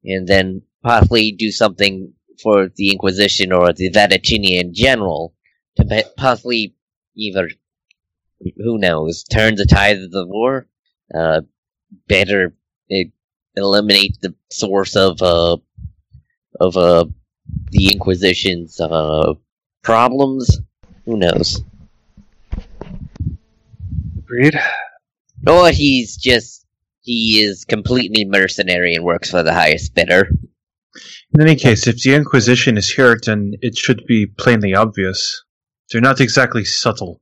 Speaker 2: and then possibly do something for the Inquisition or the Vaticini in general to pe- possibly either who knows turn the tide of the war, uh, better eh, eliminate the source of uh of uh the Inquisition's uh problems. Who knows?
Speaker 5: Agreed.
Speaker 2: Or he's just he is completely mercenary and works for the highest bidder.
Speaker 3: In any case, if the Inquisition is here, then it should be plainly obvious. They're not exactly subtle.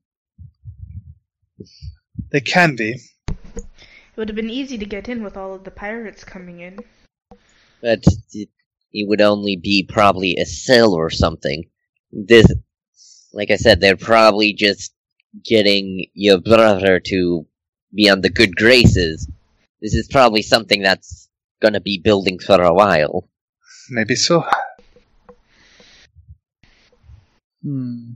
Speaker 5: They can be.
Speaker 4: It would have been easy to get in with all of the pirates coming in.
Speaker 2: But it, it would only be probably a cell or something. This, like I said, they're probably just getting your brother to be on the good graces. This is probably something that's gonna be building for a while.
Speaker 5: Maybe so.
Speaker 3: Hmm.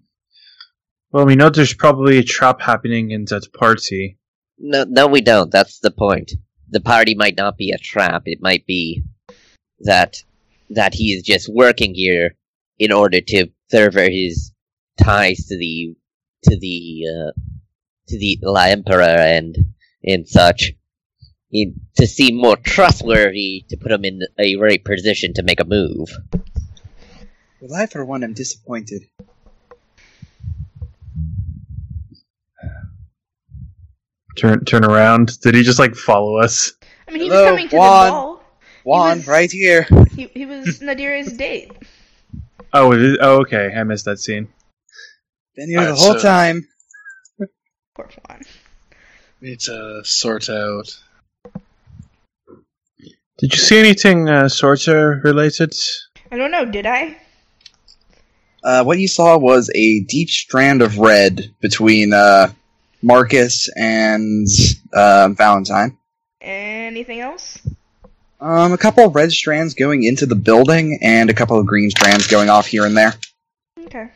Speaker 3: Well, we know there's probably a trap happening in that party.
Speaker 2: No, no, we don't. That's the point. The party might not be a trap. It might be that that he is just working here in order to further his ties to the to the uh, to the La Emperor and and such. He, to seem more trustworthy, to put him in a right position to make a move.
Speaker 1: Well, I, for one, am disappointed.
Speaker 3: Turn, turn around. Did he just like follow us?
Speaker 4: I mean, he
Speaker 5: Oh,
Speaker 1: Hello,
Speaker 4: was coming to
Speaker 1: Juan.
Speaker 4: the ball.
Speaker 1: Juan,
Speaker 4: was-
Speaker 1: right here.
Speaker 4: He, he was Nadira's date.
Speaker 3: Oh, it is, oh, okay. I missed that scene.
Speaker 1: Been here the
Speaker 6: Alright,
Speaker 1: whole
Speaker 6: so-
Speaker 1: time.
Speaker 4: Poor Juan.
Speaker 6: Need to sort out.
Speaker 3: Did you see anything uh, sorter related?
Speaker 4: I don't know, did I?
Speaker 1: Uh, what you saw was a deep strand of red between uh, Marcus and uh, Valentine.
Speaker 4: Anything else?
Speaker 1: Um, a couple of red strands going into the building, and a couple of green strands going off here and there.
Speaker 4: Okay.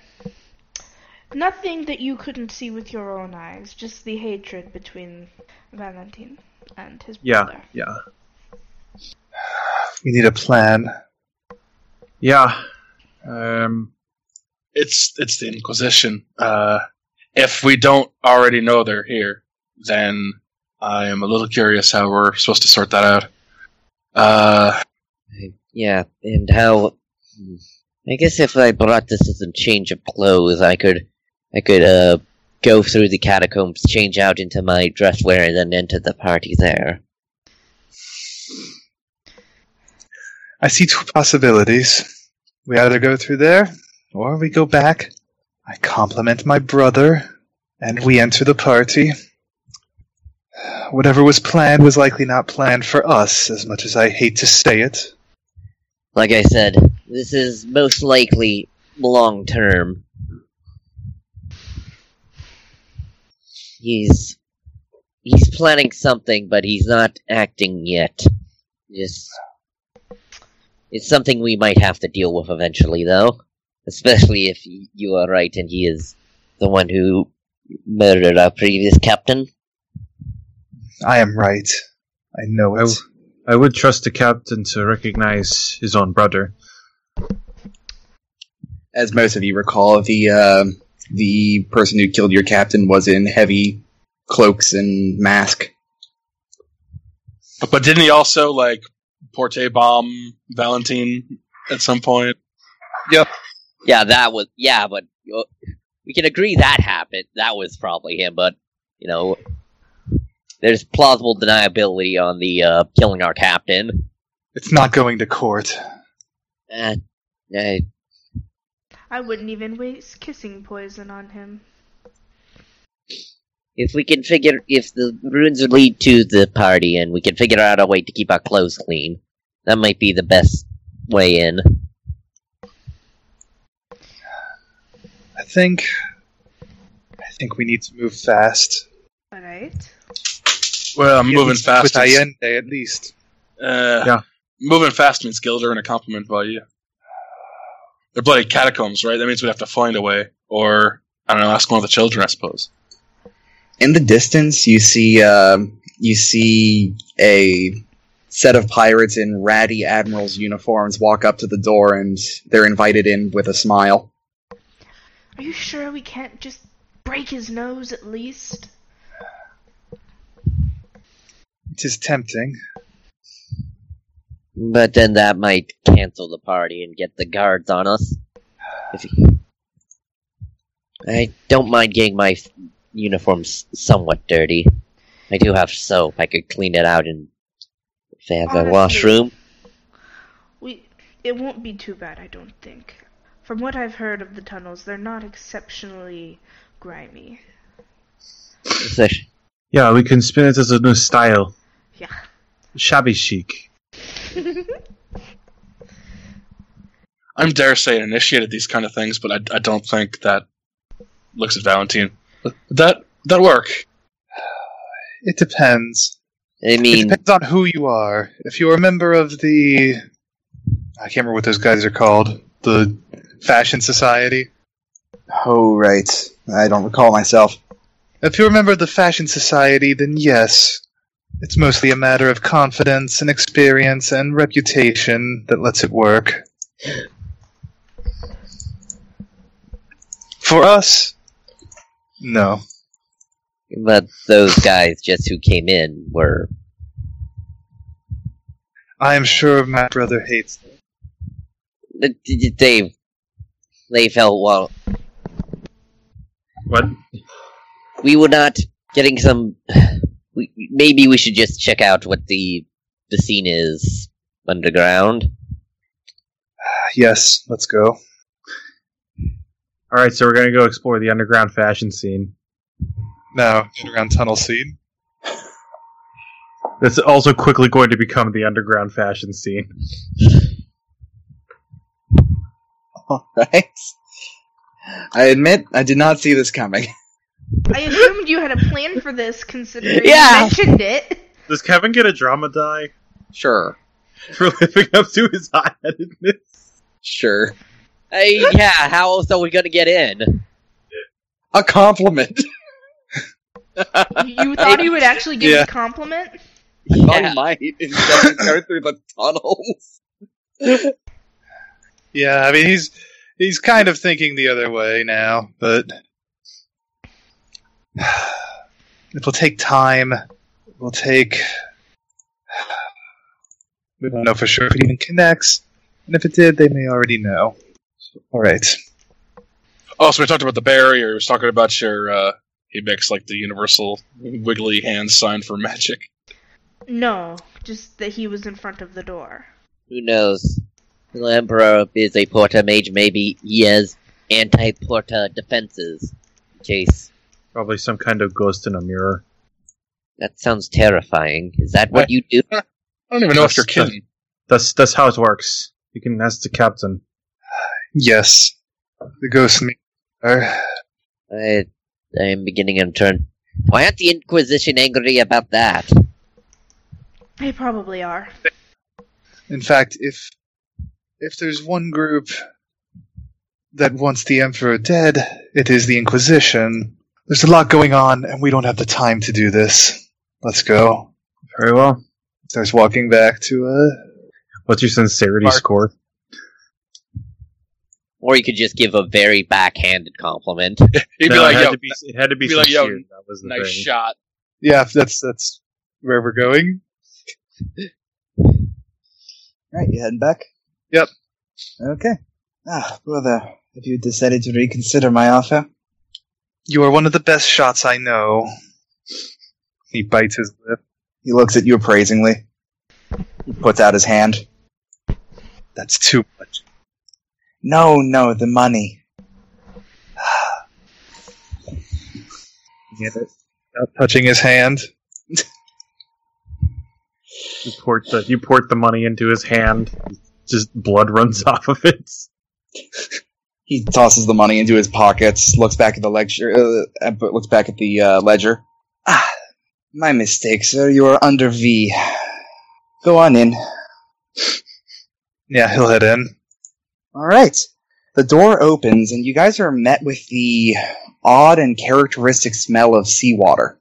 Speaker 4: Nothing that you couldn't see with your own eyes, just the hatred between Valentine and his
Speaker 3: Yeah,
Speaker 4: brother.
Speaker 3: yeah,
Speaker 5: We need a plan.
Speaker 3: yeah. Um,
Speaker 6: It's it's the Inquisition. Uh, if we don't already know they're here, then I am a little curious how we're supposed to sort that out. Uh,
Speaker 2: Yeah, and how? I guess if I brought this as a change of clothes, I could, I could uh go through the catacombs, change out into my dress wear, and then enter the party there.
Speaker 5: I see two possibilities. We either go through there, or we go back. I compliment my brother, and we enter the party. Whatever was planned was likely not planned for us, as much as I hate to say it.
Speaker 2: Like I said, this is most likely long term. He's he's planning something, but he's not acting yet. Just it's something we might have to deal with eventually, though. Especially if y- you are right and he is the one who murdered our previous captain.
Speaker 5: I am right. I know
Speaker 3: I,
Speaker 5: it.
Speaker 3: w- I would trust the captain to recognize his own brother.
Speaker 1: As most of you recall, the uh, the person who killed your captain was in heavy cloaks and mask.
Speaker 6: but, but didn't he also like porte bomb Valentine at some point?
Speaker 2: Yeah, that was yeah, but uh, we can agree that happened. That was probably him, but you know, there's plausible deniability on the uh, killing our captain.
Speaker 5: It's not going to court.
Speaker 2: Uh, uh,
Speaker 4: I wouldn't even waste kissing poison on him.
Speaker 2: if we can figure if the ruins would lead to the party, and we can figure out a way to keep our clothes clean, that might be the best way in.
Speaker 5: I think. I think we need to move fast.
Speaker 4: Alright.
Speaker 6: Well, I'm
Speaker 5: At
Speaker 6: moving
Speaker 5: least
Speaker 6: fast.
Speaker 5: With
Speaker 6: is-
Speaker 5: Allende, at least.
Speaker 6: Uh,
Speaker 3: Yeah.
Speaker 6: Moving fast means Gilder and a compliment value. They're bloody catacombs, right? That means we have to find a way. Or, I don't know, ask one of the children, I suppose.
Speaker 1: In the distance, you see um, you see a set of pirates in ratty admiral's uniforms walk up to the door, and they're invited in with a smile.
Speaker 4: Are you sure we can't just break his nose at least?
Speaker 5: It is tempting.
Speaker 2: But then that might cancel the party and get the guards on us. If he- I don't mind getting my s- uniforms somewhat dirty. I do have soap. I could clean it out and if they have a
Speaker 4: Honestly.
Speaker 2: washroom.
Speaker 4: We it won't be too bad, I don't think. From what I've heard of the tunnels, they're not exceptionally grimy.
Speaker 2: It's a-
Speaker 3: Yeah, we can spin it as a new style.
Speaker 4: Yeah.
Speaker 3: Shabby chic.
Speaker 6: I'm dare say initiated these kind of things, but I, I don't think that looks at Valentine. Would That that work.
Speaker 5: It depends.
Speaker 2: I
Speaker 5: It
Speaker 2: mean,
Speaker 5: depends on who you are. If you're a member of the. I can't remember what those guys are called. The Fashion Society.
Speaker 1: Oh, right. I don't recall myself.
Speaker 5: If you're a member of the Fashion Society, then yes. It's mostly a matter of confidence and experience and reputation that lets it work. For us, no.
Speaker 2: but those guys just who came in were
Speaker 5: I am sure my brother hates them.
Speaker 2: th- th- they they felt well.
Speaker 6: What?
Speaker 2: We were not getting some. We, maybe we should just check out what the the scene is underground.
Speaker 5: Yes, let's go.
Speaker 3: All right, so we're gonna go explore the underground fashion scene.
Speaker 5: Now, get around tunnel scene.
Speaker 3: That's also quickly going to become the underground fashion scene.
Speaker 1: All right. I admit I did not see this coming.
Speaker 4: I assumed you had a plan for this considering
Speaker 2: Yeah.
Speaker 4: you mentioned it.
Speaker 3: Does Kevin get a drama die
Speaker 1: Sure.
Speaker 3: for living up to his high-headedness?
Speaker 1: Sure.
Speaker 2: Hey, yeah, how else are we gonna get in?
Speaker 1: A compliment.
Speaker 4: You thought he would actually give you
Speaker 5: Yeah.
Speaker 4: a compliment?
Speaker 2: Yeah.
Speaker 1: I might. It doesn't go through the tunnels.
Speaker 5: Yeah, I mean he's he's kind of thinking the other way now, but it will take time. It will take. We don't know for sure if it even connects, and if it did, they may already know. All right.
Speaker 6: Oh, so we talked about the barrier. We was talking about your. Uh, he makes like the universal wiggly hand sign for magic.
Speaker 4: No, just that he was in front of the door.
Speaker 2: Who knows? The Emperor is a Porta mage. Maybe he has anti-Porta defenses. In case
Speaker 3: Probably some kind of ghost in a mirror.
Speaker 2: that sounds terrifying. Is that what you do?
Speaker 6: I don't even know if you're
Speaker 3: That's-
Speaker 6: kidding.
Speaker 3: That's that's how it works. You can ask the captain.
Speaker 5: Yes, the ghost me. Are
Speaker 2: I, I am beginning to turn. Why aren't the Inquisition angry about that?
Speaker 4: They probably are.
Speaker 5: In fact, if if there's one group that wants the Emperor dead, it is the Inquisition. There's a lot going on, and we don't have the time to do this. Let's go.
Speaker 3: Very well.
Speaker 5: Starts walking back to uh
Speaker 3: What's your sincerity
Speaker 5: Mark.
Speaker 3: score?
Speaker 2: Or you could just give a very backhanded compliment.
Speaker 6: He'd
Speaker 3: No,
Speaker 6: be like,
Speaker 3: it had
Speaker 6: "Yo,
Speaker 3: to be, it had to be
Speaker 6: be like, yo,
Speaker 3: sincere. that was the
Speaker 6: nice
Speaker 3: thing.
Speaker 6: shot."
Speaker 5: Yeah, that's that's where we're going.
Speaker 1: All right, you heading back?
Speaker 5: Yep.
Speaker 1: Okay. Ah, brother, have you decided to reconsider my offer?
Speaker 5: You are one of the best shots I know. He bites his lip.
Speaker 1: He looks at you appraisingly. Puts out his hand.
Speaker 5: That's too much.
Speaker 1: No, no, the money.
Speaker 5: Yeah, not touching his hand.
Speaker 3: You port the you port the money into his hand. Just blood runs off of it.
Speaker 1: He tosses the money into his pockets, looks back at the lecture, uh, and put- looks back at the uh, ledger. Ah, my mistake, sir. You are under V. Go on in.
Speaker 5: Yeah, he'll head in.
Speaker 1: All right. The door opens, and you guys are met with the odd and characteristic smell of seawater.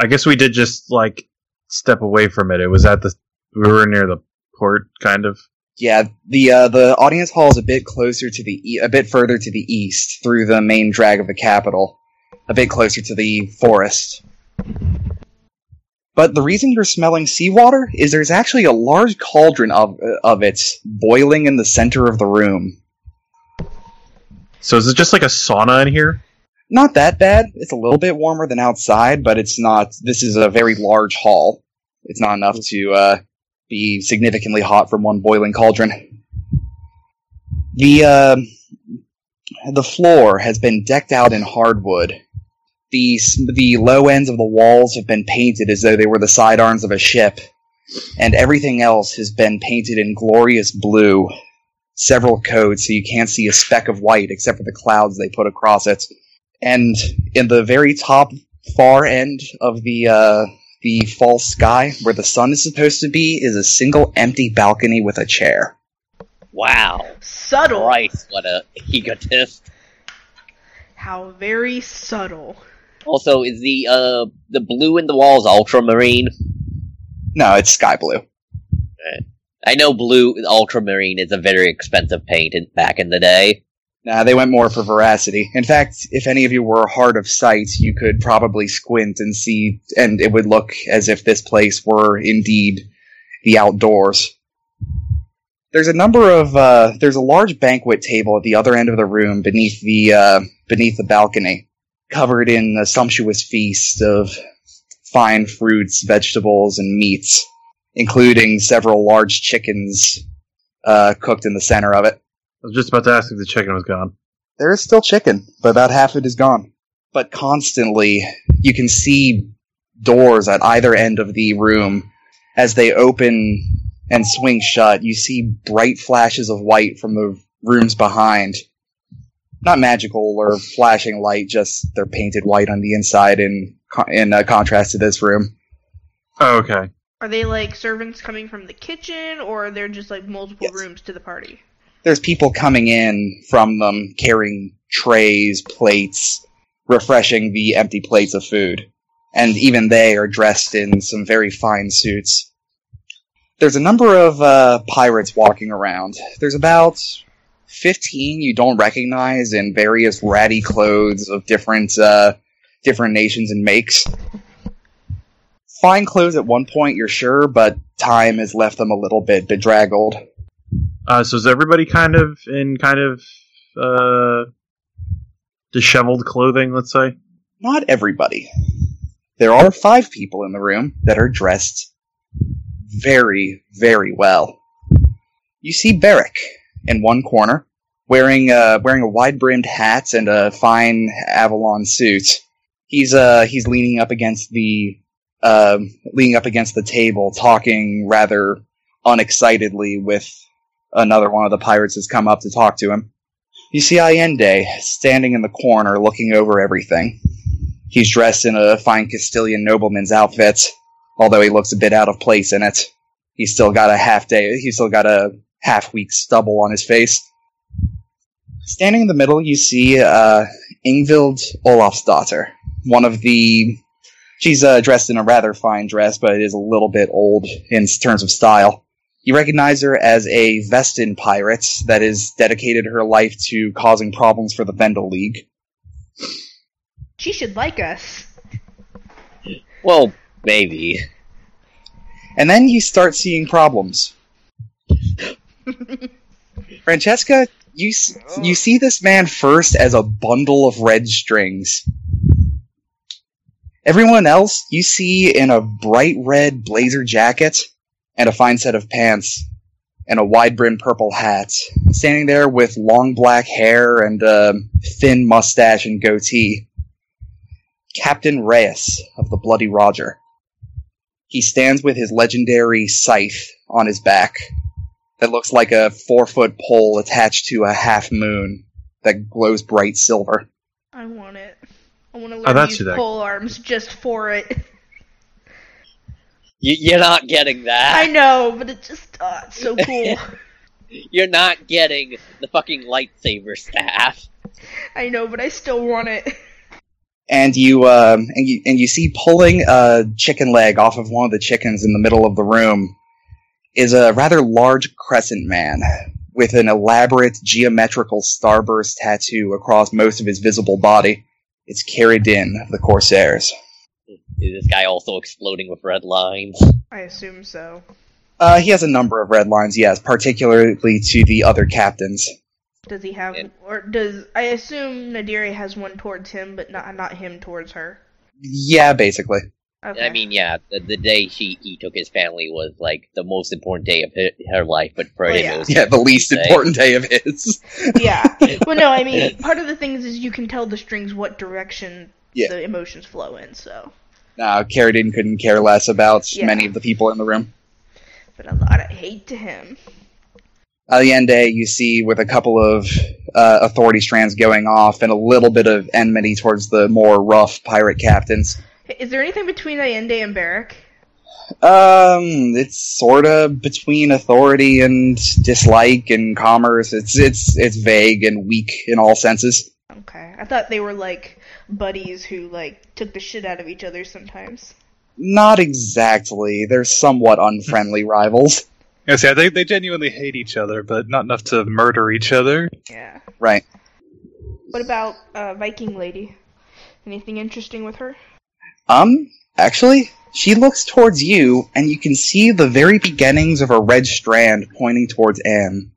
Speaker 3: I guess we did just like step away from it. It was at the we were near the port, kind of.
Speaker 1: Yeah, the uh, the audience hall is a bit closer to the e- a bit further to the east through the main drag of the capital, a bit closer to the forest. But the reason you're smelling seawater is there's actually a large cauldron of of it boiling in the center of the room.
Speaker 3: So is it just like a sauna in here?
Speaker 1: Not that bad. It's a little bit warmer than outside, but it's not. This is a very large hall. It's not enough to uh, be significantly hot from one boiling cauldron. The uh, the floor has been decked out in hardwood. The s- the low ends of the walls have been painted as though they were the sidearms of a ship, and everything else has been painted in glorious blue. Several coats, so you can't see a speck of white except for the clouds they put across it and in the very top far end of the uh, the false sky where the sun is supposed to be is a single empty balcony with a chair
Speaker 2: Wow.
Speaker 4: Subtle.
Speaker 2: Christ, what a egotist.
Speaker 4: How very subtle.
Speaker 2: Also, is the uh the blue in the walls ultramarine?
Speaker 1: no it's sky blue
Speaker 2: I know blue ultramarine is a very expensive paint in, back in the day.
Speaker 1: nah they went more for veracity in fact if any of you were hard of sight you could probably squint and see and it would look as if this place were indeed the outdoors there's a number of uh, there's a large banquet table at the other end of the room beneath the uh, beneath the balcony covered in a sumptuous feast of fine fruits vegetables and meats including several large chickens uh, cooked in the center of it
Speaker 3: I was just about to ask if the chicken was gone.
Speaker 1: there is still chicken but about half it is gone but constantly you can see doors at either end of the room as they open and swing shut you see bright flashes of white from the rooms behind not magical or flashing light just they're painted white on the inside in co- in uh, contrast to this room
Speaker 3: Oh, okay.
Speaker 4: Are they like servants coming from the kitchen, or are there just like multiple
Speaker 1: Yes.
Speaker 4: rooms to the party?
Speaker 1: there's people coming in from them carrying trays, plates, refreshing the empty plates of food. And even they are dressed in some very fine suits. There's a number of uh, pirates walking around. There's about 15 you don't recognize in various ratty clothes of different uh, different nations and makes. Fine clothes at one point, you're sure, but time has left them a little bit bedraggled.
Speaker 3: Uh, so is everybody kind of in kind of uh, disheveled clothing? Let's say.
Speaker 1: not everybody. There are five people in the room that are dressed very, very well. You see Beric in one corner, wearing uh, wearing a wide brimmed hat and a fine Avalon suit. He's uh he's leaning up against the uh, leaning up against the table, talking rather unexcitedly with another one of the pirates has come up to talk to him. You see Allende standing in the corner looking over everything. He's dressed in a fine Castilian nobleman's outfit, although he looks a bit out of place in it. He's still got a half day, he's still got a half week stubble on his face. Standing in the middle, you see uh, Ingvild Olaf's daughter. One of the. She's uh, dressed in a rather fine dress, but it is a little bit old in terms of style. You recognize her as a Vestin pirate that has dedicated her life to causing problems for the Vendel League.
Speaker 4: She should like us.
Speaker 2: Well, maybe.
Speaker 1: And then you start seeing problems. Francesca, you s- you see this man first as a bundle of red strings. Everyone else you see in a bright red blazer jacket and a fine set of pants and a wide brimmed purple hat, standing there with long black hair and a thin mustache and goatee. Captain Reyes of the Bloody Roger. He stands with his legendary scythe on his back that looks like a four foot pole attached to a half moon that glows bright silver.
Speaker 4: I want it. I want to learn
Speaker 3: Oh,
Speaker 4: to
Speaker 3: that's
Speaker 4: use
Speaker 3: your deck.
Speaker 4: pole arms just for it.
Speaker 2: You, you're not getting
Speaker 4: I
Speaker 2: that.
Speaker 4: know, but it just uh, it's so cool.
Speaker 2: You're not getting the fucking lightsaber staff.
Speaker 4: I know, but I still want it.
Speaker 1: And you um, and you and you see pulling a chicken leg off of one of the chickens in the middle of the room is a rather large crescent man with an elaborate geometrical starburst tattoo across most of his visible body. It's carried in of the corsairs.
Speaker 2: Is this guy also exploding with red lines?
Speaker 4: I assume so.
Speaker 1: Uh, he has a number of red lines, yes, particularly to the other captains.
Speaker 4: Does he have,
Speaker 2: And-
Speaker 4: or does I assume Nadiri has one towards him, but not not him towards her?
Speaker 1: Yeah, basically.
Speaker 4: Okay.
Speaker 2: I mean, yeah, the, the day she he took his family was like the most important day of her, her life, but for
Speaker 4: Well,
Speaker 2: him
Speaker 4: Oh, yeah.
Speaker 2: it was
Speaker 1: Yeah, the least
Speaker 2: Tuesday.
Speaker 1: important day of his.
Speaker 4: yeah. Well, no, I mean, part of the things is you can tell the strings what direction
Speaker 1: Yeah.
Speaker 4: the emotions flow in. So,
Speaker 1: No, Carradine couldn't care less about
Speaker 4: Yeah.
Speaker 1: many of the people in the room.
Speaker 4: but a lot of hate to him.
Speaker 1: Allende, you see, with a couple of uh, authority strands going off and a little bit of enmity towards the more rough pirate captains.
Speaker 4: Is there anything between Allende and Barrack?
Speaker 1: Um, it's sort of between authority and dislike and commerce. It's it's it's vague and weak in all senses.
Speaker 4: Okay, I thought they were like buddies who like took the shit out of each other sometimes.
Speaker 1: Not exactly. They're somewhat unfriendly rivals.
Speaker 5: Yeah, see, they they genuinely hate each other, but not enough to murder each other.
Speaker 4: Yeah.
Speaker 1: Right.
Speaker 4: What about uh, Viking lady? Anything interesting with her?
Speaker 1: Um, actually, she looks towards you, and you can see the very beginnings of a red strand pointing towards Anne.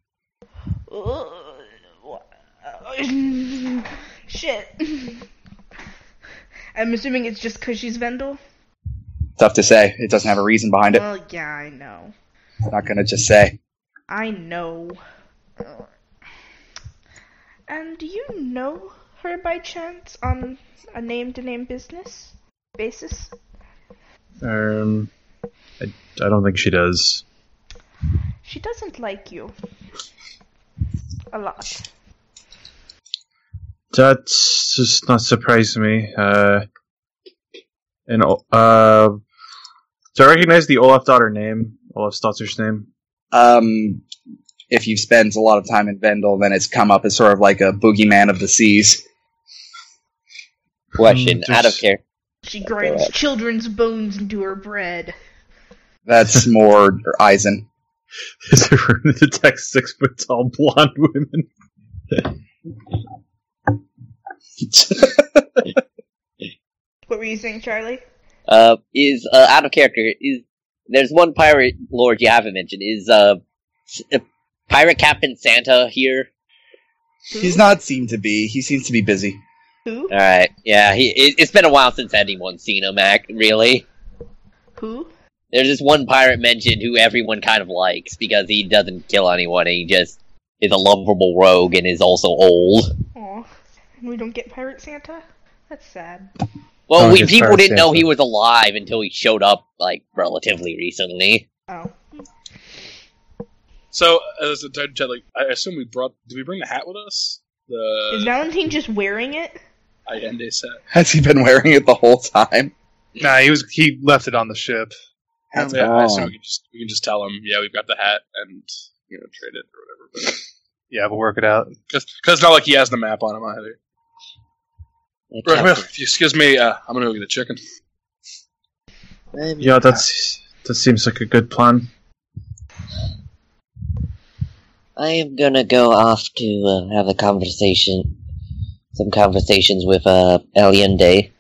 Speaker 4: Ugh. wha- Shit. I'm assuming it's just because she's Vendel.
Speaker 1: Tough to say. It doesn't have a reason behind it.
Speaker 4: Well, yeah, I know.
Speaker 1: Not gonna just say.
Speaker 4: I know. Ugh. And Um, do you know her by chance on a name-to-name business basis?
Speaker 3: Um, I, I don't think she does.
Speaker 4: She doesn't like you. A lot.
Speaker 3: That's just not surprising me. Uh, and uh, do I recognize the Olaf daughter name? Olaf's daughter's name.
Speaker 1: Um, if you spend a lot of time in Vendel, then it's come up as sort of like a boogeyman of the seas.
Speaker 2: question
Speaker 3: Hmm,
Speaker 2: out of
Speaker 3: just-
Speaker 2: care.
Speaker 4: She grinds children's bones into her bread.
Speaker 1: That's more Eisen.
Speaker 3: Is there room to detect six foot tall blonde women?
Speaker 4: What were you saying, Charlie?
Speaker 2: Uh, is uh, out of character. Is there's one pirate lord you haven't mentioned? Is uh, S- uh, pirate captain Santa here?
Speaker 1: He's not seemed to be. He seems to be busy.
Speaker 4: Who?
Speaker 2: All right, yeah. He, it, it's been a while since anyone's seen him act. Really,
Speaker 4: Who?
Speaker 2: there's this one pirate mentioned who everyone kind of likes because he doesn't kill anyone. He just is a lovable rogue and is also old.
Speaker 4: Aw. And we don't get Pirate Santa? That's sad.
Speaker 2: Well,
Speaker 3: Oh,
Speaker 2: we,
Speaker 3: just
Speaker 2: people
Speaker 3: Pirate
Speaker 2: didn't know he
Speaker 3: Santa.
Speaker 2: was alive until he showed up, like, relatively recently.
Speaker 4: Oh.
Speaker 6: So, as a time chat, like, I assume we brought. Did we bring the hat with us?
Speaker 4: Is
Speaker 6: The
Speaker 4: Valentine just wearing it?
Speaker 6: Allende set.
Speaker 1: Has he been wearing it the whole time?
Speaker 5: Nah, he was he left it on the ship.
Speaker 1: That's
Speaker 6: yeah, I assume
Speaker 1: wrong.
Speaker 6: we can just we can just tell him. Yeah, we've got the hat and you know trade it or whatever.
Speaker 5: Yeah, we'll work it out.
Speaker 6: Because it's not like he has the map on him either. Right, well, if you excuse me, uh, I'm gonna go get a chicken.
Speaker 3: Yeah, that's that seems like a good plan.
Speaker 2: I am gonna go off to uh, have a conversation, some conversations with uh, Allende.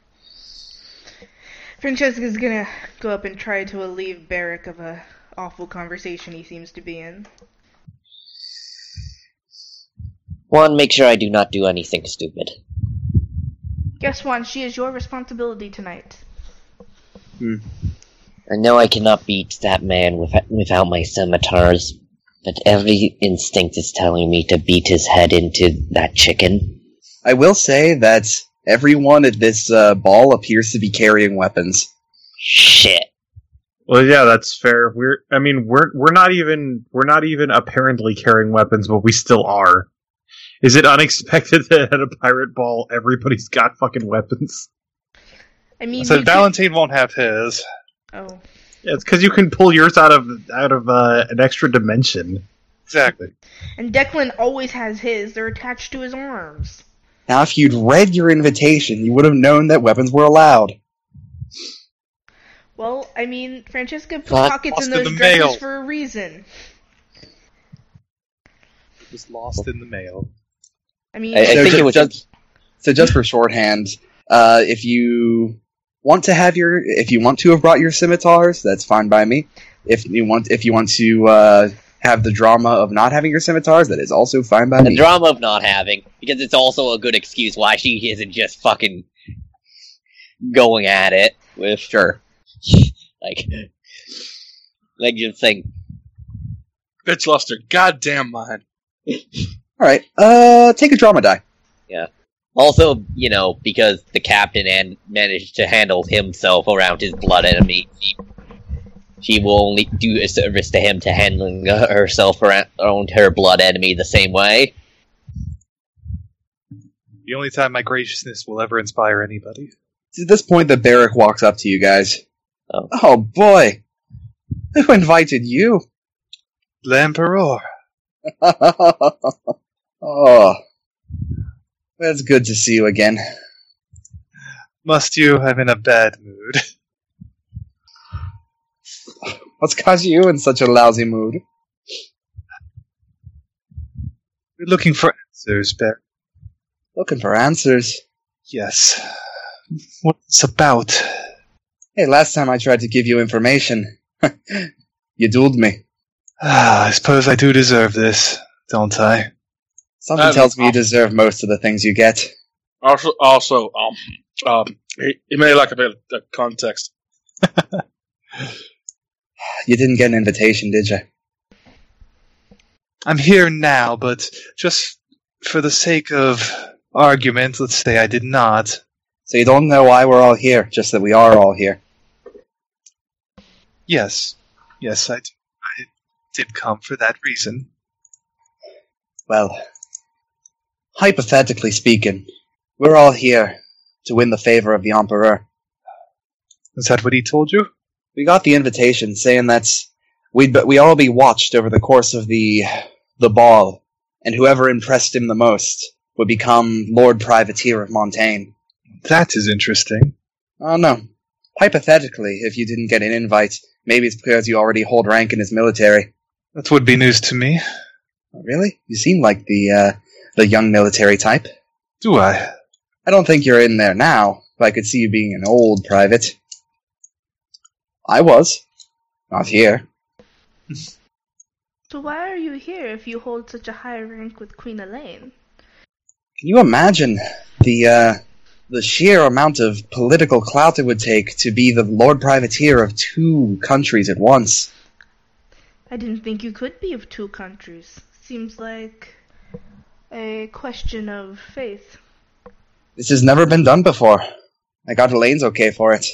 Speaker 4: Francesca's gonna go up and try to alleviate Barrack of a awful conversation he seems to be in.
Speaker 2: One, make sure I do not do anything stupid.
Speaker 4: Guess what? She is your responsibility tonight.
Speaker 2: I know I cannot beat that man with, without my scimitars, but every instinct is telling me to beat his head into that chicken.
Speaker 1: I will say that everyone at this uh, ball appears to be carrying weapons.
Speaker 2: Shit.
Speaker 3: Well, yeah, that's fair. We're I mean we're we're not even we're not even apparently carrying weapons, but we still are. Is it unexpected that at a pirate ball everybody's got fucking weapons?
Speaker 4: I mean,
Speaker 5: So
Speaker 4: you
Speaker 5: Valentine won't have his.
Speaker 4: could- oh,
Speaker 3: Yeah, it's because you can pull yours out of out of uh, an extra dimension.
Speaker 5: Exactly.
Speaker 4: and Declan always has his. They're attached to his arms.
Speaker 1: Now, if you'd read your invitation, you would have known that weapons were allowed.
Speaker 4: Well, I mean, Francesca put
Speaker 2: Well,
Speaker 4: pockets in
Speaker 5: lost in
Speaker 4: those
Speaker 5: the
Speaker 4: dresses
Speaker 5: mail.
Speaker 4: for a reason.
Speaker 5: It was lost in the mail.
Speaker 4: I mean,
Speaker 2: I, I
Speaker 1: So
Speaker 2: think
Speaker 1: ju-
Speaker 2: it was
Speaker 1: ju- So, just for shorthand, uh, if you want to have your, if you want to have brought your scimitars, that's fine by me. If you want, if you want to uh, have the drama of not having your scimitars, that is also fine by
Speaker 2: the
Speaker 1: me.
Speaker 2: drama of not having, because it's also a good excuse why she isn't just fucking going at it with sure, like, like just saying,
Speaker 6: Bitch lost her goddamn mind.
Speaker 1: All right, uh, take a drama die.
Speaker 2: Also, you know, because the captain and managed to handle himself around his blood enemy, she, she will only do a service to him to handling herself around, around her blood enemy the same way.
Speaker 5: The only time my graciousness will ever inspire anybody.
Speaker 1: At this point, the barrack walks up to you guys.
Speaker 2: Oh.
Speaker 1: oh boy, who invited you?
Speaker 5: L'Empereur.
Speaker 1: oh, that's good to see you again.
Speaker 5: Must you? I'm in a bad mood.
Speaker 1: What's got you in such a lousy mood?
Speaker 5: We're looking for answers, but
Speaker 1: Looking for answers.
Speaker 5: yes. What's about?
Speaker 1: Hey, last time I tried to give you information, you dueled me.
Speaker 5: Ah, I suppose I do deserve this, don't I?
Speaker 1: Something
Speaker 6: Um,
Speaker 1: tells me you
Speaker 6: I'll-
Speaker 1: deserve most of the things you get.
Speaker 6: Also, also, um, um, it it may lack a bit of context.
Speaker 1: You didn't get an invitation, did you?
Speaker 5: I'm here now, but just for the sake of argument, let's say I did not.
Speaker 1: So you don't know why we're all here, just that we are all here.
Speaker 5: Yes, yes, I, d- I did come for that reason.
Speaker 1: Well, hypothetically speaking, we're all here to win the favor of the Emperor.
Speaker 5: Is that what he told you?
Speaker 1: We got the invitation saying that we'd be, we all be watched over the course of the the ball, and whoever impressed him the most would become Lord Privateer of Montaigne.
Speaker 5: That is interesting.
Speaker 1: Oh no. Hypothetically, if you didn't get an invite, maybe it's because you already hold rank in his military. Oh,
Speaker 5: That would be news to me.
Speaker 1: Really? You seem like the uh, the young military type.
Speaker 5: Do I?
Speaker 1: I don't think you're in there now, but I could see you being an old private. I was. Not here.
Speaker 4: so why are you here if you hold such a high rank with Queen Elaine?
Speaker 1: Can you imagine the uh, the sheer amount of political clout it would take to be the Lord Privateer of two countries at once?
Speaker 4: I didn't think you could be of two countries. Seems like a question of faith.
Speaker 1: This has never been done before. I got Elaine's okay for it.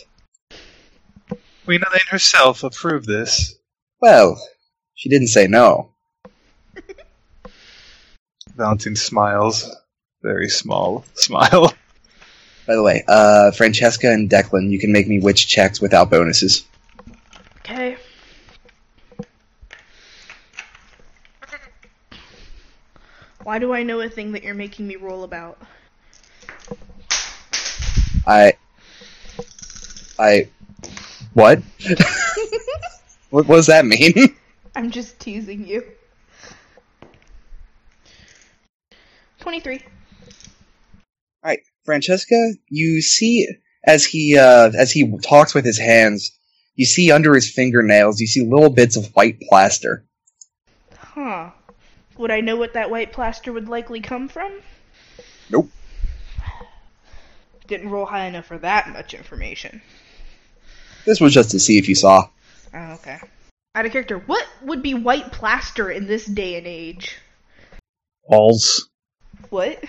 Speaker 5: Queen Elaine herself approved this.
Speaker 1: Well, she didn't say no.
Speaker 5: Valentine smiles. Very small smile.
Speaker 1: By the way, uh, Francesca and Declan, you can make me witch checks without bonuses.
Speaker 4: Okay. Why do I know a thing that you're making me roll about?
Speaker 1: I, I, what? what, what does that mean?
Speaker 4: I'm just teasing you. 23.
Speaker 1: Francesca, you see as he uh, as he talks with his hands, you see under his fingernails, you see little bits of white plaster.
Speaker 4: Huh. Would I know what that white plaster would likely come from?
Speaker 1: Nope.
Speaker 4: Didn't roll high enough for that much information.
Speaker 1: This was just to see if you saw.
Speaker 4: Oh, okay. Out of character, what would be white plaster in this day and age?
Speaker 3: Walls,
Speaker 4: What?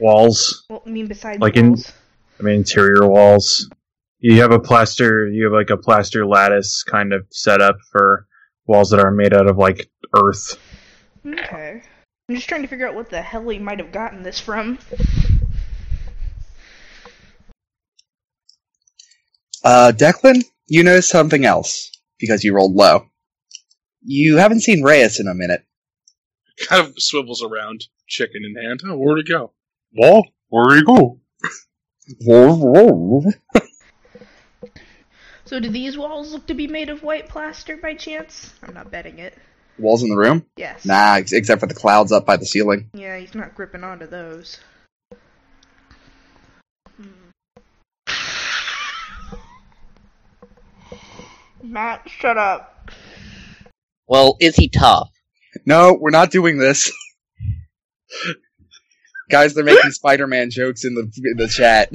Speaker 3: walls.
Speaker 4: Well, I mean, besides
Speaker 3: Like in-
Speaker 4: walls.
Speaker 3: I mean, interior walls. You have a plaster. You have like a plaster lattice kind of setup for walls that are made out of like earth.
Speaker 4: Okay. I'm just trying to figure out what the hell he might have gotten this from.
Speaker 1: Uh, Declan, you noticed something else because you rolled low. You haven't seen Reyes in a minute.
Speaker 6: Kind of swivels around, chicken in hand. Oh, where'd it go? Well, where'd it go?
Speaker 4: So, do these walls look to be made of white plaster by chance? I'm not betting it.
Speaker 1: Walls in the room?
Speaker 4: Yes.
Speaker 1: Nah, ex- except for the clouds up by the ceiling.
Speaker 4: Yeah, he's not gripping onto those. Hmm. Matt, shut up.
Speaker 2: Well, is he tough?
Speaker 1: No, we're not doing this. Guys, they're making Spider-Man jokes in the in the chat.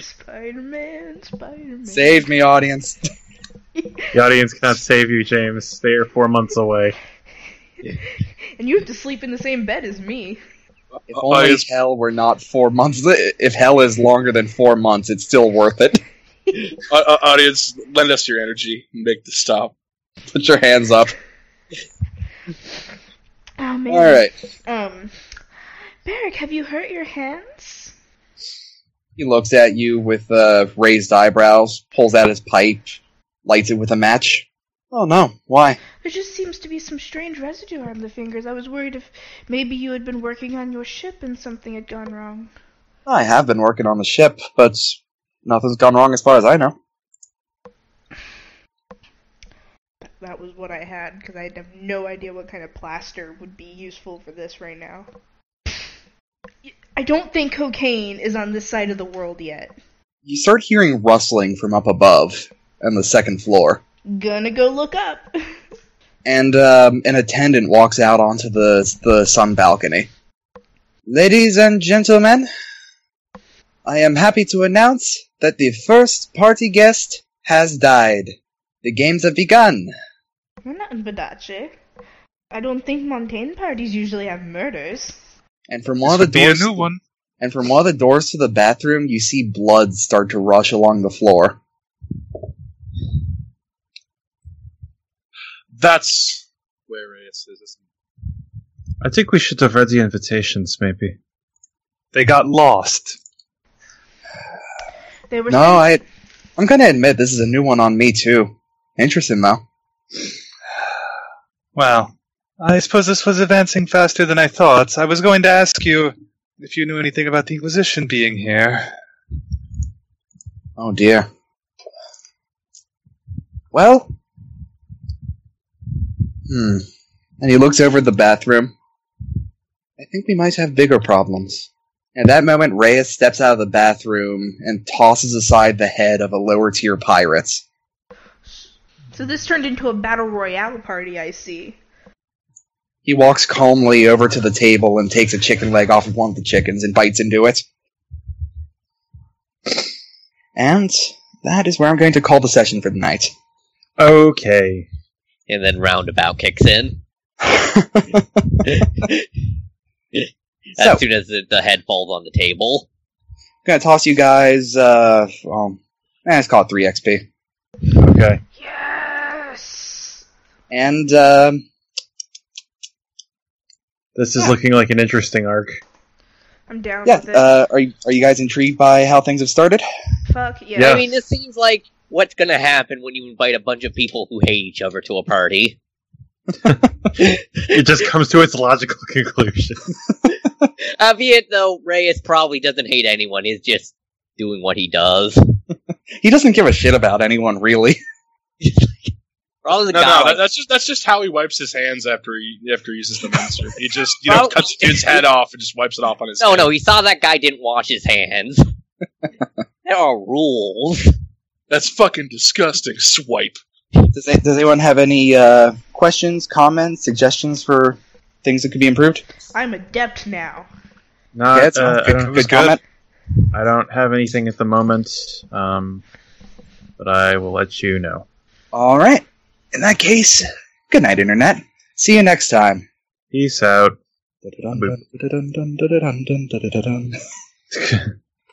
Speaker 4: Spider Man, Spider Man.
Speaker 1: Save me, audience.
Speaker 3: The audience cannot save you, James. They are four months away.
Speaker 4: And you have to sleep in the same bed as me.
Speaker 1: If only
Speaker 6: it's-
Speaker 1: hell were not four months. If hell is longer than four months, it's still worth it.
Speaker 6: Uh, uh, audience, lend us your energy. Make this stop.
Speaker 1: Put your hands up.
Speaker 4: Oh man.
Speaker 1: All right.
Speaker 4: Um, Barrick, have you hurt your hands?
Speaker 1: He looks at you with uh, raised eyebrows, pulls out his pipe, lights it with a match. Oh no! Why?
Speaker 4: There just seems to be some strange residue on the fingers. I was worried if maybe you had been working on your ship and something had gone wrong.
Speaker 1: I have been working on the ship, but nothing's gone wrong as far as I know.
Speaker 4: That was what I had because I have no idea what kind of plaster would be useful for this right now. I don't think cocaine is on this side of the world yet.
Speaker 1: You start hearing rustling from up above and the second floor.
Speaker 4: Gonna go look up.
Speaker 1: and um, an attendant walks out onto the the sun balcony. Ladies and gentlemen, I am happy to announce that the first party guest has died. The games have begun.
Speaker 4: We're not in Badache. I don't think montane parties usually have murders.
Speaker 1: And from
Speaker 5: This
Speaker 1: one of
Speaker 5: would
Speaker 1: the
Speaker 5: be a
Speaker 1: doors,
Speaker 5: new one.
Speaker 1: and from one of the doors to the bathroom, you see blood start to rush along the floor.
Speaker 6: That's where Reyes is. isn't it?
Speaker 3: I think we should divert the invitations, maybe.
Speaker 5: They got lost.
Speaker 4: They were
Speaker 1: No, I, I'm gonna admit this is a new one on me too. Interesting though.
Speaker 5: Well, I suppose this was advancing faster than I thought. I was going to ask you if you knew anything about the Inquisition being here.
Speaker 1: Oh dear. Well, hmm. And he looks over at the bathroom. I think we might have bigger problems. At that moment, Reyes steps out of the bathroom and tosses aside the head of a lower tier pirate.
Speaker 4: So this turned into a battle royale party, I see.
Speaker 1: He walks calmly over to the table and takes a chicken leg off of one of the chickens and bites into it. And that is where I'm going to call the session for the night.
Speaker 3: Okay.
Speaker 2: And then roundabout kicks in as
Speaker 1: So-
Speaker 2: soon as the, the head falls on the table.
Speaker 1: gonna toss you guys. Uh, um, eh, it's called three XP,
Speaker 3: Okay.
Speaker 4: Yes.
Speaker 1: and um,
Speaker 3: This is looking like an interesting arc.
Speaker 4: I'm down
Speaker 1: yeah,
Speaker 4: with it.
Speaker 1: uh, are you, are you guys intrigued by how things have started?
Speaker 4: Fuck yeah.
Speaker 3: yeah.
Speaker 2: I mean, this seems like what's going to happen when you invite a bunch of people who hate each other to a party.
Speaker 3: It just comes to its logical conclusion.
Speaker 2: Albeit, Uh, though, Reyes probably doesn't hate anyone. He's just doing what he does.
Speaker 1: He doesn't give a shit about anyone really.
Speaker 2: Probably Oh, the
Speaker 6: No,
Speaker 2: guy.
Speaker 6: no, that, that's just that's just how he wipes his hands after he after he uses the monster. He just you know
Speaker 2: Well-
Speaker 6: cuts the dude's head off and just wipes it off on his.
Speaker 2: no,
Speaker 6: hand.
Speaker 2: no, he saw that guy didn't wash his hands. there are rules.
Speaker 6: that's fucking disgusting. Swipe.
Speaker 1: Does, a- does anyone have any uh, questions, comments, suggestions for things that could be improved?
Speaker 4: I'm adept now.
Speaker 3: Not,
Speaker 1: Yeah, it's
Speaker 3: uh, I,
Speaker 1: good,
Speaker 3: don't,
Speaker 1: good comment.
Speaker 3: I don't have anything at the moment, um, but I will let you know.
Speaker 1: All right. In that case, good night, internet. See you next time.
Speaker 3: Peace out.